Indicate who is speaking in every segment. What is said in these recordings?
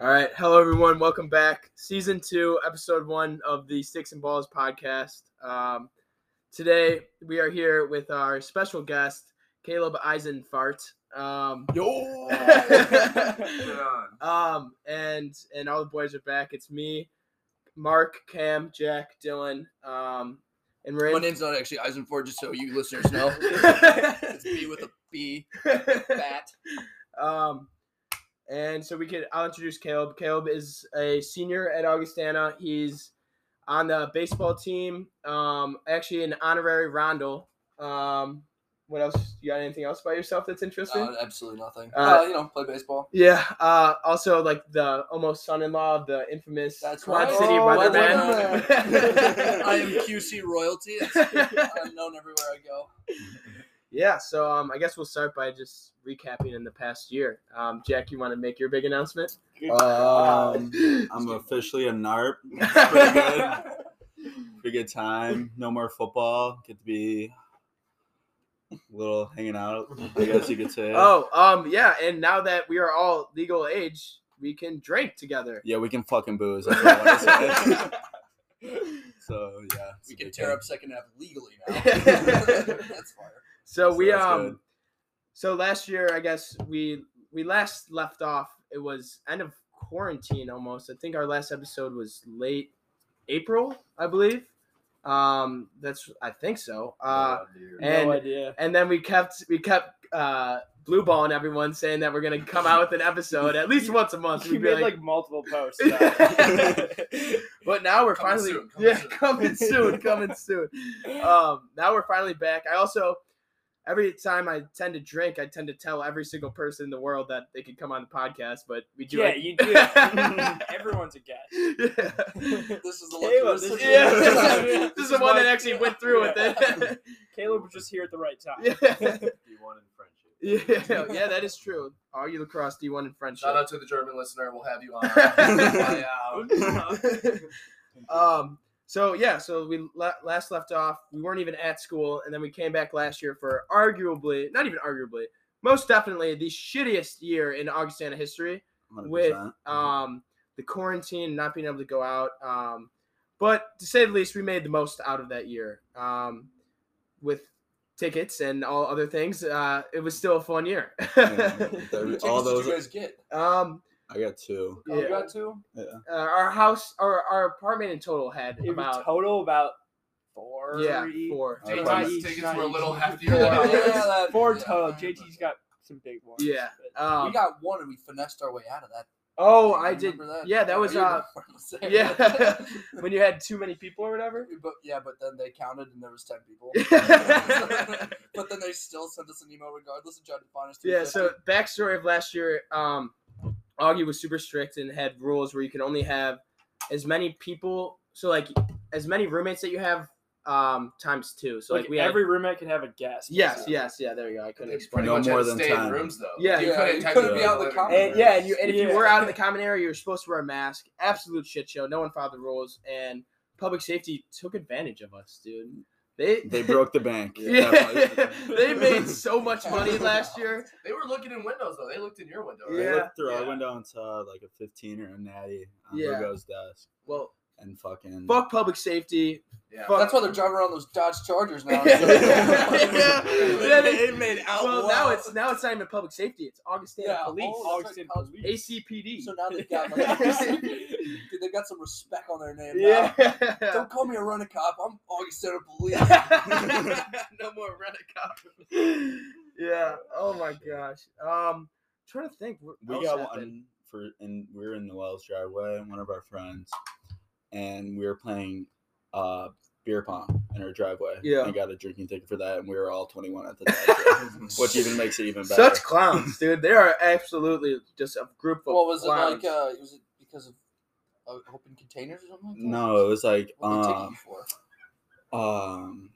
Speaker 1: All right. Hello, everyone. Welcome back. Season two, episode one of the Sticks and Balls podcast. Um, today, we are here with our special guest, Caleb Eisenfart. Um,
Speaker 2: Yo!
Speaker 1: um, and and all the boys are back. It's me, Mark, Cam, Jack, Dylan, um, and we're
Speaker 2: My
Speaker 1: in.
Speaker 2: name's not actually Eisenford, just so you listeners know. it's B with a B. Fat.
Speaker 1: Um, and so we could. I'll introduce Caleb. Caleb is a senior at Augustana. He's on the baseball team. Um, actually an honorary Rondel. Um, what else? You got anything else about yourself that's interesting?
Speaker 2: Uh, absolutely nothing.
Speaker 1: Uh,
Speaker 2: Uh, you know, play baseball.
Speaker 1: yeah. Uh, also like the almost son-in-law of the infamous
Speaker 2: That's
Speaker 1: Quad
Speaker 2: right.
Speaker 1: City
Speaker 3: Oh,
Speaker 1: Weatherman.
Speaker 3: Weatherman.
Speaker 2: I am QC royalty. It's, I'm known everywhere I go.
Speaker 1: yeah. So um, I guess we'll start by just recapping in the past year. Um, Jack, you want to make your big announcement?
Speaker 4: Um, I'm officially a NARP. Pretty good time. No more football. Get to be a little hanging out, I guess you could say.
Speaker 1: Oh, um, yeah, and now that we are all legal age, we can drink together.
Speaker 4: Yeah, we can fucking booze. That's what I want to say. so, yeah. it's
Speaker 2: We
Speaker 4: a
Speaker 2: can
Speaker 4: good
Speaker 2: tear
Speaker 4: time.
Speaker 2: up second half legally now. That's fire.
Speaker 1: So
Speaker 4: So
Speaker 1: we
Speaker 4: that's
Speaker 1: um,
Speaker 4: good.
Speaker 1: so last year I guess we we last left off. It was end of quarantine almost. I think our last episode was late April, I believe. Um, that's I think so.
Speaker 2: Oh,
Speaker 1: Uh, and
Speaker 3: no idea.
Speaker 1: and then we kept we kept uh blue balling everyone saying that we're gonna come out with an episode at least once a month.
Speaker 3: He
Speaker 1: We'd be
Speaker 3: made like, multiple posts. about it.
Speaker 1: but now we're
Speaker 2: Coming
Speaker 1: finally
Speaker 2: soon, coming
Speaker 1: yeah
Speaker 2: soon.
Speaker 1: coming soon coming soon um now we're finally back i also every time i tend to drink i tend to tell every single person in the world that they could come on the podcast but we do
Speaker 3: yeah,
Speaker 1: it
Speaker 3: you do. Everyone's a guest.
Speaker 1: yeah.
Speaker 2: This is the
Speaker 3: Caleb,
Speaker 2: luckiest.
Speaker 3: this is-
Speaker 1: Yeah.
Speaker 3: This
Speaker 1: this is the
Speaker 3: is
Speaker 1: one
Speaker 3: my-
Speaker 1: that actually went through with
Speaker 3: Caleb was just here at the right time.
Speaker 1: it
Speaker 4: in friendship.
Speaker 1: yeah. yeah yeah that is true are you lacrosse d1 in friendship
Speaker 2: Shout out to the German listener. We'll have you on. Fly out.
Speaker 1: um so yeah so we la- last left off we weren't even at school and then we came back last year for arguably not even arguably most definitely the shittiest year in augustana history with
Speaker 3: Mm-hmm.
Speaker 1: um the quarantine not being able to go out um but to say the least we made the most out of that year um with tickets and all other things uh it was still a fun year
Speaker 3: Mm-hmm.
Speaker 4: all those.
Speaker 2: Did you guys get?
Speaker 1: um
Speaker 4: I got two.
Speaker 2: Oh,
Speaker 1: Yeah.
Speaker 2: you got two.
Speaker 1: uh, our house or our apartment in total had
Speaker 3: It was
Speaker 1: about
Speaker 3: total about four.
Speaker 1: yeah four
Speaker 4: Okay.
Speaker 2: Tickets,
Speaker 4: Not
Speaker 3: each,
Speaker 2: tickets
Speaker 3: not
Speaker 2: were a
Speaker 3: each.
Speaker 2: little heftier. than ours.
Speaker 3: Yeah,
Speaker 2: that-
Speaker 3: Four
Speaker 2: yeah.
Speaker 3: total. JT's got some big ones.
Speaker 1: Yeah.
Speaker 3: but-
Speaker 1: um,
Speaker 2: we got one and we finessed our way out of that.
Speaker 1: Oh,
Speaker 2: You
Speaker 1: I did.
Speaker 2: remember
Speaker 1: Yeah, that was
Speaker 2: You
Speaker 1: uh,
Speaker 2: remember that?
Speaker 1: yeah. when you had too many people or whatever.
Speaker 2: but yeah, but then they counted and there was ten people. but then they still sent us an email regardless and tried to find us.
Speaker 1: Yeah.
Speaker 2: 350.
Speaker 1: So backstory of last year, um, Augie was super strict and had rules where you can only have as many people. So like as many roommates that you have, um, times two. So like,
Speaker 3: like,
Speaker 1: we
Speaker 3: every roommate can have a guest.
Speaker 1: Had, yes, yes, yeah. There you go. I
Speaker 2: They
Speaker 1: couldn't
Speaker 2: pretty
Speaker 1: explain.
Speaker 4: No
Speaker 1: it.
Speaker 2: much had
Speaker 4: more
Speaker 2: to
Speaker 4: than
Speaker 2: stay in
Speaker 4: 10.
Speaker 2: rooms though.
Speaker 1: Yeah.
Speaker 2: you
Speaker 4: Yeah,
Speaker 2: couldn't,
Speaker 4: you
Speaker 2: technically
Speaker 4: couldn't
Speaker 2: be out in the
Speaker 4: leave.
Speaker 2: common
Speaker 1: And,
Speaker 2: room.
Speaker 1: yeah, and you and if you
Speaker 3: Yeah.
Speaker 1: were out in the common area, you're supposed to wear a mask. Absolute shit show. No one followed the rules, and public safety took advantage of us, dude. They
Speaker 4: They broke the bank.
Speaker 1: Yeah, they made so much money last year.
Speaker 2: They were looking in windows though. They looked in your window.
Speaker 4: They
Speaker 1: Yeah.
Speaker 4: looked through our
Speaker 2: Yeah.
Speaker 4: window and saw like a 15 or a natty on
Speaker 1: Yeah.
Speaker 4: Virgo's desk
Speaker 1: Well,
Speaker 4: and fucking.
Speaker 1: fuck public safety.
Speaker 2: Yeah.
Speaker 1: Fuck.
Speaker 2: That's why they're driving around those Dodge Chargers now.
Speaker 1: Yeah. Yeah, they-
Speaker 2: made
Speaker 1: well, now it's now it's not even public safety. It's Augustana
Speaker 2: Oh, Yeah,
Speaker 1: Police,
Speaker 2: oh,
Speaker 3: Always
Speaker 2: that's
Speaker 3: in
Speaker 2: right,
Speaker 3: police.
Speaker 1: ACPD.
Speaker 2: So now they've got like, dude, they've got some respect on their name. now.
Speaker 1: yeah.
Speaker 2: Don't call me a run a cop. I'm Augustana police.
Speaker 1: no more rent a cop. Yeah. Oh my gosh. Um, trying to think. What
Speaker 4: we
Speaker 1: else
Speaker 4: got
Speaker 1: happened?
Speaker 4: one for, and we were in the Wells driveway, one of our friends, and we were playing uh beer pong in our driveway.
Speaker 1: Yeah.
Speaker 4: I got a drinking ticket for that, and we were all 21 at the time, so- which even makes it even better.
Speaker 1: Such clowns, dude. They are absolutely just a group of.
Speaker 2: what was it
Speaker 1: clowns.
Speaker 2: like? Uh, was it because of uh, open containers or something? Like that?
Speaker 4: no, it was like
Speaker 2: What did they take you
Speaker 4: um,
Speaker 2: for?
Speaker 4: um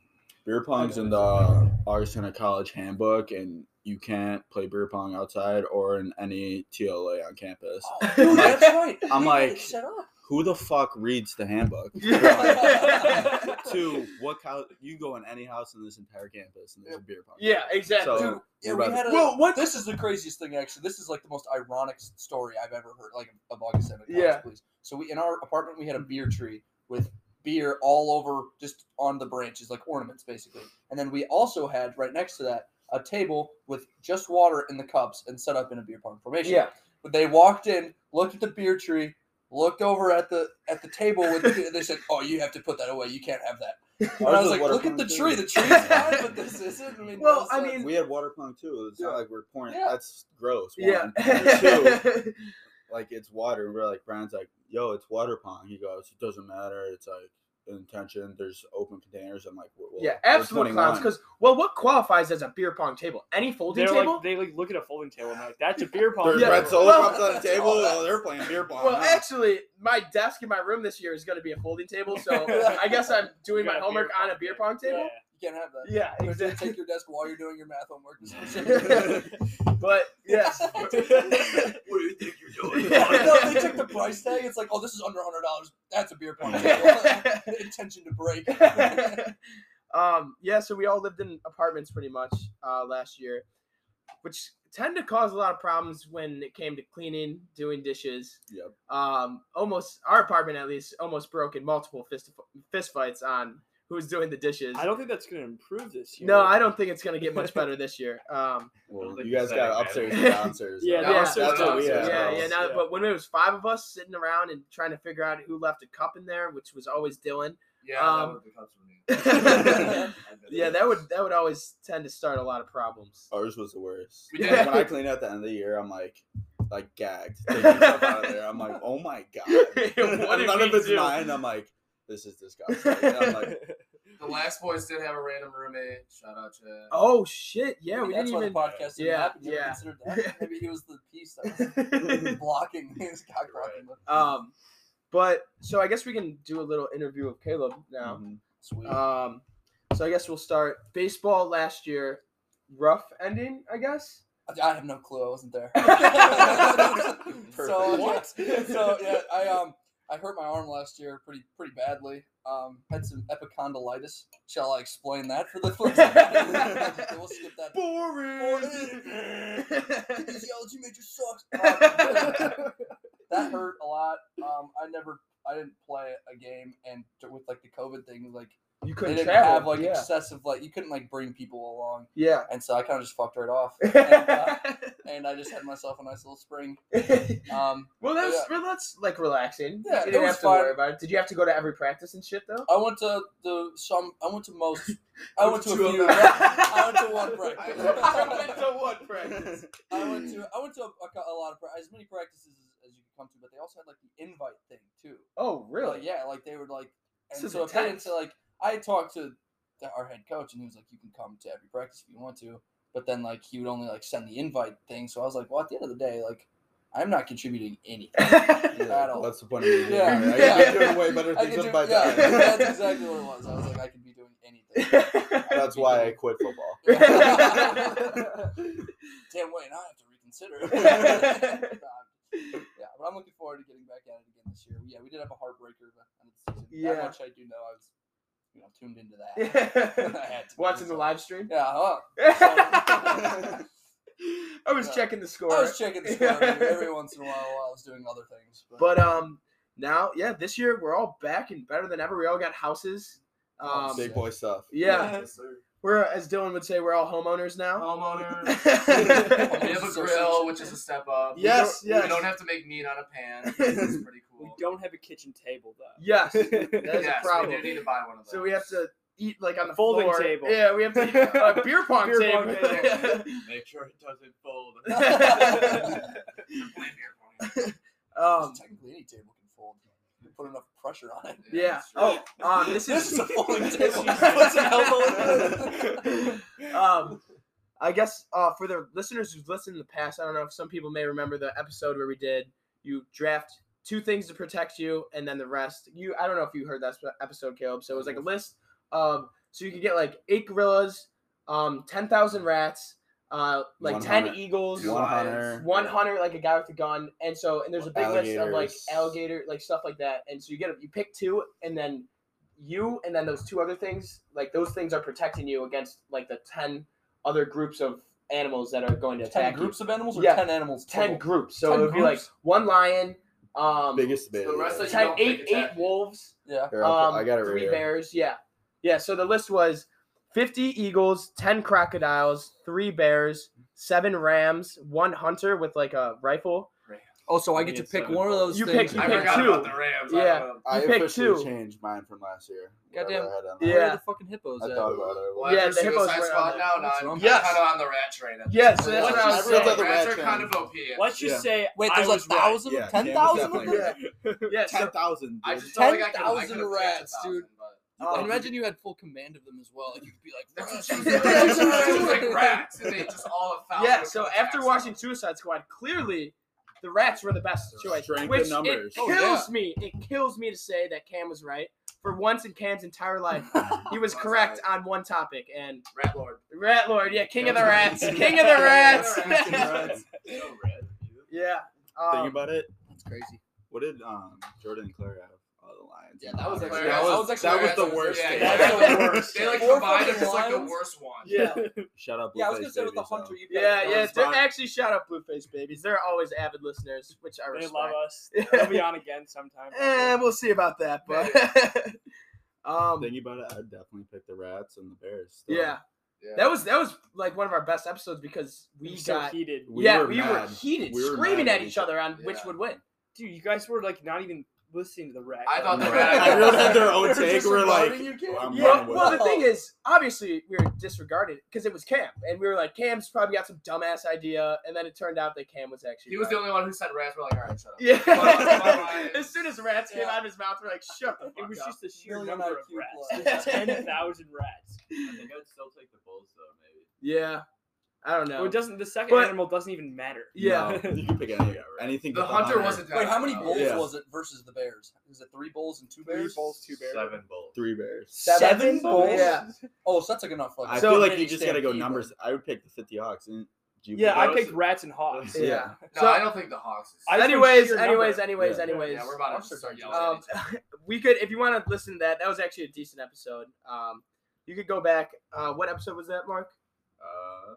Speaker 4: beer pong's in the Augustana College handbook, and you can't play beer pong outside or in any TLA on campus.
Speaker 2: Oh, dude, that's right.
Speaker 4: I'm
Speaker 2: They had it
Speaker 4: like-
Speaker 2: set up.
Speaker 4: Who the fuck reads the handbook?
Speaker 2: uh,
Speaker 1: Yeah.
Speaker 4: Two, what college? You go in any house in this entire campus, and there's a beer pong.
Speaker 1: yeah. Exactly.
Speaker 4: So-
Speaker 2: Dude, yeah,
Speaker 4: we're
Speaker 2: we
Speaker 4: about
Speaker 2: had a,
Speaker 1: well, what
Speaker 2: This is the craziest thing, actually. This is like the most ironic s- story I've ever heard, like of Los Santa Claus,
Speaker 1: Yeah.
Speaker 2: please. So we in our apartment we had a beer tree with beer all over just on the branches, like ornaments basically. And then we also had right next to that a table with just water in the cups and set up in a beer pong formation.
Speaker 1: Yeah.
Speaker 2: But they walked in, looked at the beer tree, looked over at the at the table with the beer, and they said, "Oh, you have to put that away. You can't have that." And I was like, "Look at the tree. The tree's fine, but this isn't." I mean,
Speaker 1: Well,
Speaker 2: no
Speaker 1: I
Speaker 2: sense.
Speaker 1: mean-
Speaker 4: we had water pong too. It's not
Speaker 2: Yeah.
Speaker 4: like we're pouring.
Speaker 2: Yeah.
Speaker 4: That's gross.
Speaker 1: Yeah.
Speaker 4: one. And two, like it's water. And we're like, Brian's like, yo, it's water pong. He goes, it doesn't matter. It's like intention. There's open containers. I'm like, well,
Speaker 1: yeah,
Speaker 4: we're
Speaker 1: absolute clowns.
Speaker 4: 21.
Speaker 1: Because well, what qualifies as a beer pong table? Any folding
Speaker 3: They're
Speaker 1: table?
Speaker 3: like they like look at a folding table and they're like that's a beer pong.
Speaker 4: There's
Speaker 1: Yeah.
Speaker 4: red solo
Speaker 1: Well-
Speaker 4: cups on the table.
Speaker 2: Oh,
Speaker 4: Oh, they're playing beer pong.
Speaker 1: well,
Speaker 4: huh?
Speaker 1: actually, my desk in my room this year is going to be a folding table, so I guess I'm doing my
Speaker 3: Got a beer
Speaker 1: homework on a beer pong table.
Speaker 3: Yeah.
Speaker 2: you can't have that.
Speaker 1: Yeah,
Speaker 2: Or just
Speaker 1: exactly.
Speaker 2: Take your desk while you're doing your math homework.
Speaker 1: But yes,
Speaker 4: what do you think you're
Speaker 2: no,
Speaker 4: doing?
Speaker 2: no, they took the price tag. It's like, oh, this is under hundred dollars. That's a beer pong. table. Intention to break.
Speaker 1: um, yeah. So we all lived in apartments pretty much uh, last year, which tend to cause a lot of problems when it came to cleaning, doing dishes.
Speaker 4: Yep.
Speaker 1: Um, almost our apartment at least almost broke in multiple fist fist fights on who's doing the dishes.
Speaker 3: I don't think that's gonna improve this year.
Speaker 1: no, I don't think it's gonna get much better this year. Um,
Speaker 4: Well,
Speaker 3: think
Speaker 4: you guys
Speaker 3: it's
Speaker 4: got
Speaker 3: that
Speaker 4: upstairs
Speaker 1: bad.
Speaker 4: and downstairs.
Speaker 3: Yeah,
Speaker 4: though.
Speaker 1: Yeah.
Speaker 4: that's,
Speaker 1: downstairs
Speaker 4: that's what we had.
Speaker 3: downstairs.
Speaker 1: yeah,
Speaker 4: though.
Speaker 1: yeah. Now,
Speaker 3: Yeah.
Speaker 1: but when it was five of us sitting around and trying to figure out who left a cup in there, which was always Dylan.
Speaker 5: Yeah,
Speaker 1: Um,
Speaker 5: that would become something.
Speaker 1: yeah,
Speaker 5: I bet it is.
Speaker 1: that would that would always tend to start a lot of problems.
Speaker 4: Ours was the worst.
Speaker 5: We
Speaker 4: Like,
Speaker 1: did.
Speaker 4: when I cleaned at the end of the year, I'm like, like gagged. Taking stuff out of there. I'm like, oh my god.
Speaker 1: What did
Speaker 4: None
Speaker 1: we
Speaker 4: of it's
Speaker 1: do?
Speaker 4: mine. I'm like, this is disgusting. And I'm like,
Speaker 5: The last boys did have a random roommate. Shout out to.
Speaker 1: Oh shit! Yeah, we
Speaker 2: That's
Speaker 1: didn't
Speaker 2: why
Speaker 1: even.
Speaker 2: the podcast didn't
Speaker 1: yeah,
Speaker 2: happen. You ever
Speaker 1: yeah.
Speaker 2: considered that? Maybe he was the piece that was blocking. He was cock blocking. but-
Speaker 1: um, but so I guess we can do a little interview of Caleb now.
Speaker 4: mhm.
Speaker 2: Sweet.
Speaker 1: Um, so I guess we'll start baseball last year. Rough ending, I guess.
Speaker 2: I- I have no clue. I wasn't there. so
Speaker 4: Perfect.
Speaker 2: what? So yeah, I um I hurt my arm last year pretty pretty badly. Um, had some epicondylitis. Shall I explain that for the first time? we'll skip that.
Speaker 1: Boring.
Speaker 2: Physiology major sucks. Um, that hurt a lot. Um, I never, I didn't play a game, and t- with like the COVID thing, like
Speaker 1: you
Speaker 2: they
Speaker 1: couldn't
Speaker 2: didn't
Speaker 1: travel.
Speaker 2: have like
Speaker 1: yeah.
Speaker 2: excessive, like you couldn't like bring people along,
Speaker 1: yeah.
Speaker 2: and so I kind of just fucked right off, and, uh,
Speaker 1: well,
Speaker 2: and I just had myself a nice little spring. Um,
Speaker 1: that's well, that's like relaxing.
Speaker 2: Yeah,
Speaker 1: you
Speaker 2: it
Speaker 1: didn't
Speaker 2: was
Speaker 1: have to
Speaker 2: fun.
Speaker 1: worry about it. Did you have to go to every practice and shit though?
Speaker 2: I went to the some. I went to most. I went to a
Speaker 5: Two of
Speaker 2: few.
Speaker 5: them.
Speaker 2: I went to one
Speaker 1: I
Speaker 2: practice.
Speaker 1: went to one practice.
Speaker 2: I went to I went to a, a co- a lot of pra- as many practices as, as you could come to, but they also had like the invite thing too.
Speaker 1: Oh, really?
Speaker 2: Like, yeah, like they were like,
Speaker 1: This
Speaker 2: and
Speaker 1: is
Speaker 2: so if they didn't
Speaker 1: intense.
Speaker 2: say, like I talked to the, our head coach, and he was like, "You can come to every practice if you want to," but then like he would only like send the invite thing. So I was like, "Well, at the end of the day, like I'm not contributing anything."
Speaker 4: Yeah,
Speaker 2: At all.
Speaker 4: That's the point of me. doing
Speaker 2: Yeah.
Speaker 4: it.
Speaker 1: Yeah.
Speaker 4: I could be doing way better
Speaker 2: I could
Speaker 4: things
Speaker 2: do,
Speaker 4: with my
Speaker 2: yeah,
Speaker 4: time.
Speaker 2: that's exactly what it was. I was like, I could be doing anything.
Speaker 4: That's why I quit football.
Speaker 2: Damn Wayne, I have to reconsider. yeah, but I'm looking forward to getting back at it again this year. Yeah, we did have a heartbreaker at the end of the season.
Speaker 1: Yeah.
Speaker 2: That much I do know. I was, you know, tuned into that. I had to be,
Speaker 1: Watching the
Speaker 2: so-
Speaker 1: live stream.
Speaker 2: Yeah, huh?
Speaker 1: I was
Speaker 2: Yeah.
Speaker 1: checking the score.
Speaker 2: I was checking the score every, every once in a while while I was doing other things. But,
Speaker 1: but um, now yeah, this year we're all back and better than ever. We all got houses.
Speaker 2: Oh,
Speaker 1: Um,
Speaker 4: Big boy stuff.
Speaker 1: yeah,
Speaker 5: Yes, sir.
Speaker 1: we're as Dylan would say, we're all homeowners
Speaker 2: Oh.
Speaker 1: now.
Speaker 5: Homeowner. We
Speaker 2: Uh,
Speaker 5: have a grill,
Speaker 2: Association.
Speaker 5: which is a step up. We
Speaker 1: Yes,
Speaker 5: don't-
Speaker 1: yes.
Speaker 5: We don't have to make meat on a pan. That's pretty
Speaker 3: We
Speaker 5: cool.
Speaker 3: don't have a kitchen table though.
Speaker 1: yes, that is
Speaker 5: yes,
Speaker 1: a problem.
Speaker 5: we do need to buy one of those.
Speaker 1: So we have to eat like on the
Speaker 3: Folding
Speaker 1: floor.
Speaker 3: table.
Speaker 1: Yeah, we have to eat a beer pong
Speaker 3: Beer
Speaker 1: table.
Speaker 3: pong table.
Speaker 5: make sure it doesn't fold.
Speaker 1: um,
Speaker 2: technically any table can fold. You put enough pressure on it.
Speaker 1: yeah. Oh, um, this
Speaker 2: Oh, This
Speaker 1: is
Speaker 2: is a folding table. What's an elbow?
Speaker 1: um, I guess uh, for the listeners who've listened in the past, I don't know if some people may remember the episode where we did you draft two things to protect you, and then the rest. You, I don't know if you heard that sp- episode, Caleb. So it was like a list of so you could get like eight gorillas, um, ten thousand rats, uh, like ten
Speaker 4: 100.
Speaker 1: eagles,
Speaker 4: One hunter.
Speaker 1: one hunter, like a guy with a gun, and so and there's a big list of like
Speaker 4: Alligators.
Speaker 1: alligator, like stuff like that, and so you get you pick two, and then you, and then those two other things, like those things are protecting you against like the ten other groups of animals that are going to
Speaker 2: Ten
Speaker 1: attack you.
Speaker 2: groups of animals or
Speaker 1: Yeah.
Speaker 2: ten animals?
Speaker 1: Ten
Speaker 2: total?
Speaker 1: groups, so
Speaker 2: Ten
Speaker 1: it would be like
Speaker 2: groups?
Speaker 1: one lion, Um,
Speaker 4: Biggest debate.
Speaker 5: the
Speaker 4: of
Speaker 5: rest
Speaker 4: day.
Speaker 5: of
Speaker 1: it's had
Speaker 5: don't think
Speaker 1: eight
Speaker 5: it's
Speaker 1: eight
Speaker 5: happening.
Speaker 1: wolves,
Speaker 2: Yeah.
Speaker 4: Here, I'll
Speaker 1: um,
Speaker 4: put- I got it right
Speaker 1: three
Speaker 4: here.
Speaker 1: bears. Yeah, yeah. So the list was fifty eagles, ten crocodiles, three bears, seven rams, one hunter with like a rifle.
Speaker 2: Oh, so I
Speaker 3: I
Speaker 2: get to
Speaker 3: mean,
Speaker 2: pick
Speaker 3: seven
Speaker 2: one of those
Speaker 1: You
Speaker 2: things.
Speaker 1: pick- you
Speaker 5: I
Speaker 2: and
Speaker 1: pick
Speaker 2: then-
Speaker 5: forgot
Speaker 1: two.
Speaker 5: about the Rams. I
Speaker 1: Yeah.
Speaker 5: don't know.
Speaker 4: I
Speaker 1: picked
Speaker 4: officially
Speaker 1: two.
Speaker 4: changed mine from last year.
Speaker 2: Goddamn.
Speaker 4: Whatever I had on
Speaker 2: Where
Speaker 1: Yeah.
Speaker 2: are the fucking hippos
Speaker 4: mine. I
Speaker 2: at?
Speaker 4: thought about it.
Speaker 5: Well,
Speaker 1: Yeah,
Speaker 5: after
Speaker 1: the hippos
Speaker 5: Suicide
Speaker 1: were on
Speaker 5: Squad
Speaker 1: there.
Speaker 5: now,
Speaker 2: That's
Speaker 5: no,
Speaker 2: what
Speaker 5: I'm
Speaker 2: I'm
Speaker 1: Yes.
Speaker 5: kind of on the rat train. at this
Speaker 1: Yes,
Speaker 5: point.
Speaker 1: that's
Speaker 3: what
Speaker 5: Rats
Speaker 3: I'm
Speaker 5: are-
Speaker 3: saying.
Speaker 5: Rats are
Speaker 4: Rat
Speaker 5: kind
Speaker 4: train.
Speaker 5: of OP. at
Speaker 3: Let's just
Speaker 2: Yeah.
Speaker 3: say
Speaker 2: Wait,
Speaker 3: I
Speaker 2: there's a
Speaker 3: was right.
Speaker 2: thousand,
Speaker 4: Yeah,
Speaker 2: ten
Speaker 4: Cam was
Speaker 2: thousand of
Speaker 4: definitely
Speaker 2: them.
Speaker 4: right.
Speaker 1: Yeah, so-
Speaker 4: thousand.
Speaker 5: I
Speaker 4: dude.
Speaker 5: just don't think I could- I
Speaker 2: 10,000
Speaker 5: could've picked
Speaker 2: rats,
Speaker 5: 1,000,
Speaker 2: dude.
Speaker 5: but-
Speaker 1: Oh.
Speaker 2: And imagine you had full command of them as well. Like, you'd be like,
Speaker 5: That's
Speaker 2: "Rats,
Speaker 5: what she
Speaker 2: rats,
Speaker 5: said.
Speaker 2: rats,
Speaker 5: It's
Speaker 2: rats,
Speaker 5: just like
Speaker 2: rats."
Speaker 5: rats, and they just all a thousand
Speaker 1: yeah. So
Speaker 5: attacks
Speaker 1: after
Speaker 5: on
Speaker 1: watching
Speaker 5: them.
Speaker 1: Suicide Squad, clearly the rats were the best choice.
Speaker 4: Strength
Speaker 1: which
Speaker 4: in numbers.
Speaker 1: it
Speaker 2: Oh,
Speaker 1: kills
Speaker 2: yeah.
Speaker 1: me. It kills me to say that Cam was right. For once in Cam's entire life, he was
Speaker 5: Was
Speaker 1: correct on one topic. And
Speaker 5: Rat Lord.
Speaker 1: Rat Lord, yeah, King of the Rats,
Speaker 3: Cam's
Speaker 1: King of the Rats.
Speaker 4: Fucking rats.
Speaker 5: No rat.
Speaker 1: yeah.
Speaker 4: Think
Speaker 1: Um,
Speaker 4: about it.
Speaker 2: That's crazy.
Speaker 4: What did um, Jordan and Claire have? Oh, the Lions.
Speaker 2: Yeah,
Speaker 4: and
Speaker 2: that was
Speaker 4: Lions.
Speaker 2: actually-
Speaker 5: That
Speaker 2: that
Speaker 5: was-
Speaker 2: was actually
Speaker 4: that was
Speaker 2: rats.
Speaker 4: the worst
Speaker 5: Yeah,
Speaker 4: thing.
Speaker 3: that's the worst.
Speaker 5: They like
Speaker 2: Four
Speaker 5: combined
Speaker 2: fucking
Speaker 5: it as like the
Speaker 2: lions?
Speaker 5: worst one.
Speaker 1: yeah.
Speaker 4: Shut up.
Speaker 2: Yeah, I was
Speaker 4: Blueface
Speaker 2: gonna say with the
Speaker 4: Baby, so-
Speaker 2: hunter, you
Speaker 1: Yeah, yeah.
Speaker 4: it's
Speaker 1: They're
Speaker 4: fine.
Speaker 1: actually shout out Blueface Babies. They're always avid listeners, which I
Speaker 3: They
Speaker 1: respect.
Speaker 3: love us. They'll be on again sometime.
Speaker 1: Eh, we'll see about that, but um,
Speaker 4: Thinking about it, I'd definitely pick the Rats and the Bears. still.
Speaker 1: yeah,
Speaker 5: Yeah.
Speaker 1: that was that was like one of our best episodes because we
Speaker 3: We're so
Speaker 1: got
Speaker 3: heated.
Speaker 4: We
Speaker 1: yeah
Speaker 4: were
Speaker 1: we
Speaker 4: mad.
Speaker 1: were heated,
Speaker 4: We were
Speaker 1: screaming
Speaker 4: mad
Speaker 1: at each other on which
Speaker 5: Yeah.
Speaker 1: would win.
Speaker 3: Dude, you guys were like not even listening to the rack.
Speaker 5: I thought the rat.
Speaker 4: I really had their
Speaker 2: We're
Speaker 4: own take.
Speaker 2: just
Speaker 4: We're like,
Speaker 2: regarding you, Cam.
Speaker 4: I'm
Speaker 1: Yeah,
Speaker 4: running with
Speaker 1: well,
Speaker 4: it.
Speaker 1: the thing is, obviously we were disregarded because it was Cam, and we were like, Cam's probably got some dumbass idea, and then it turned out that Cam was actually
Speaker 5: He was the
Speaker 1: right.
Speaker 5: only one who said rats. We're like, all right, shut up.
Speaker 1: yeah. as soon as rats came
Speaker 2: Yeah.
Speaker 1: out of his mouth, we're like, shut the fuck
Speaker 3: It was
Speaker 1: up.
Speaker 3: just the sheer
Speaker 2: Million
Speaker 3: number
Speaker 2: IQ
Speaker 3: of
Speaker 1: plus.
Speaker 3: rats. Ten thousand rats.
Speaker 6: I think I'd still take the Bulls though, maybe.
Speaker 1: yeah, I don't know.
Speaker 3: Well, it doesn't. The second
Speaker 1: But-
Speaker 3: animal doesn't even matter.
Speaker 1: yeah,
Speaker 4: No, you can pick any, anything.
Speaker 5: The
Speaker 4: but
Speaker 5: hunter wasn't.
Speaker 2: Wait, how many bulls
Speaker 4: Yeah.
Speaker 2: was it versus the bears? Was it three bulls and two bears?
Speaker 6: Seven Bulls.
Speaker 4: Three Bears.
Speaker 2: Seven
Speaker 1: bulls? Yeah.
Speaker 2: Oh, so that's like enough. Like,
Speaker 4: I
Speaker 1: So
Speaker 4: feel like
Speaker 2: many
Speaker 4: you just gotta go
Speaker 2: stampede,
Speaker 4: numbers. I would pick the 50 Hawks. And you
Speaker 3: Yeah,
Speaker 4: pick
Speaker 3: I picked rats and hawks.
Speaker 4: Yeah.
Speaker 1: yeah.
Speaker 5: No,
Speaker 1: So-
Speaker 5: I don't think the Hawks. Is...
Speaker 3: I- just want
Speaker 1: anyways,
Speaker 3: sheer
Speaker 1: anyways,
Speaker 3: number.
Speaker 1: anyways,
Speaker 4: Yeah.
Speaker 1: anyways.
Speaker 5: yeah, we're about
Speaker 2: Hawks
Speaker 5: to
Speaker 2: are
Speaker 5: start yelling.
Speaker 1: um,
Speaker 5: at each other.
Speaker 1: we could if you want to listen to that that was actually a decent episode um you could go back uh what episode was that mark
Speaker 6: Uh,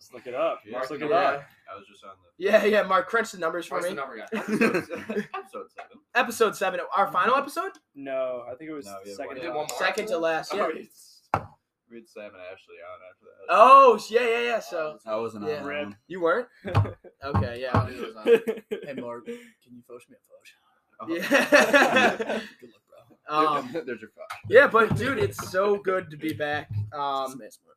Speaker 3: Let's look it up.
Speaker 6: Yeah.
Speaker 3: Let's look it
Speaker 5: Yeah.
Speaker 3: up.
Speaker 6: I was just on the
Speaker 1: yeah yeah mark crunch the numbers for
Speaker 5: Where's the
Speaker 1: me
Speaker 5: number guy?
Speaker 6: episode seven.
Speaker 1: episode seven our final episode
Speaker 3: No, I think it was
Speaker 6: No, we had
Speaker 3: second.
Speaker 6: one
Speaker 5: We did
Speaker 3: half.
Speaker 5: one more.
Speaker 1: second to last yeah.
Speaker 6: Oh, it's- we had Sam and Ashley on after that.
Speaker 1: oh sh- yeah yeah yeah so
Speaker 4: I wasn't
Speaker 1: Yeah.
Speaker 4: on. that
Speaker 3: Rip.
Speaker 4: one.
Speaker 1: you weren't okay
Speaker 5: uh, I
Speaker 1: yeah
Speaker 5: don't know who's on it.
Speaker 2: Hey, Mark, can you fauch me a
Speaker 1: yeah
Speaker 2: fauch? Good luck, bro.
Speaker 1: um
Speaker 6: There's your fuck.
Speaker 1: yeah but dude it's so good to be back um
Speaker 2: Smash, Mark.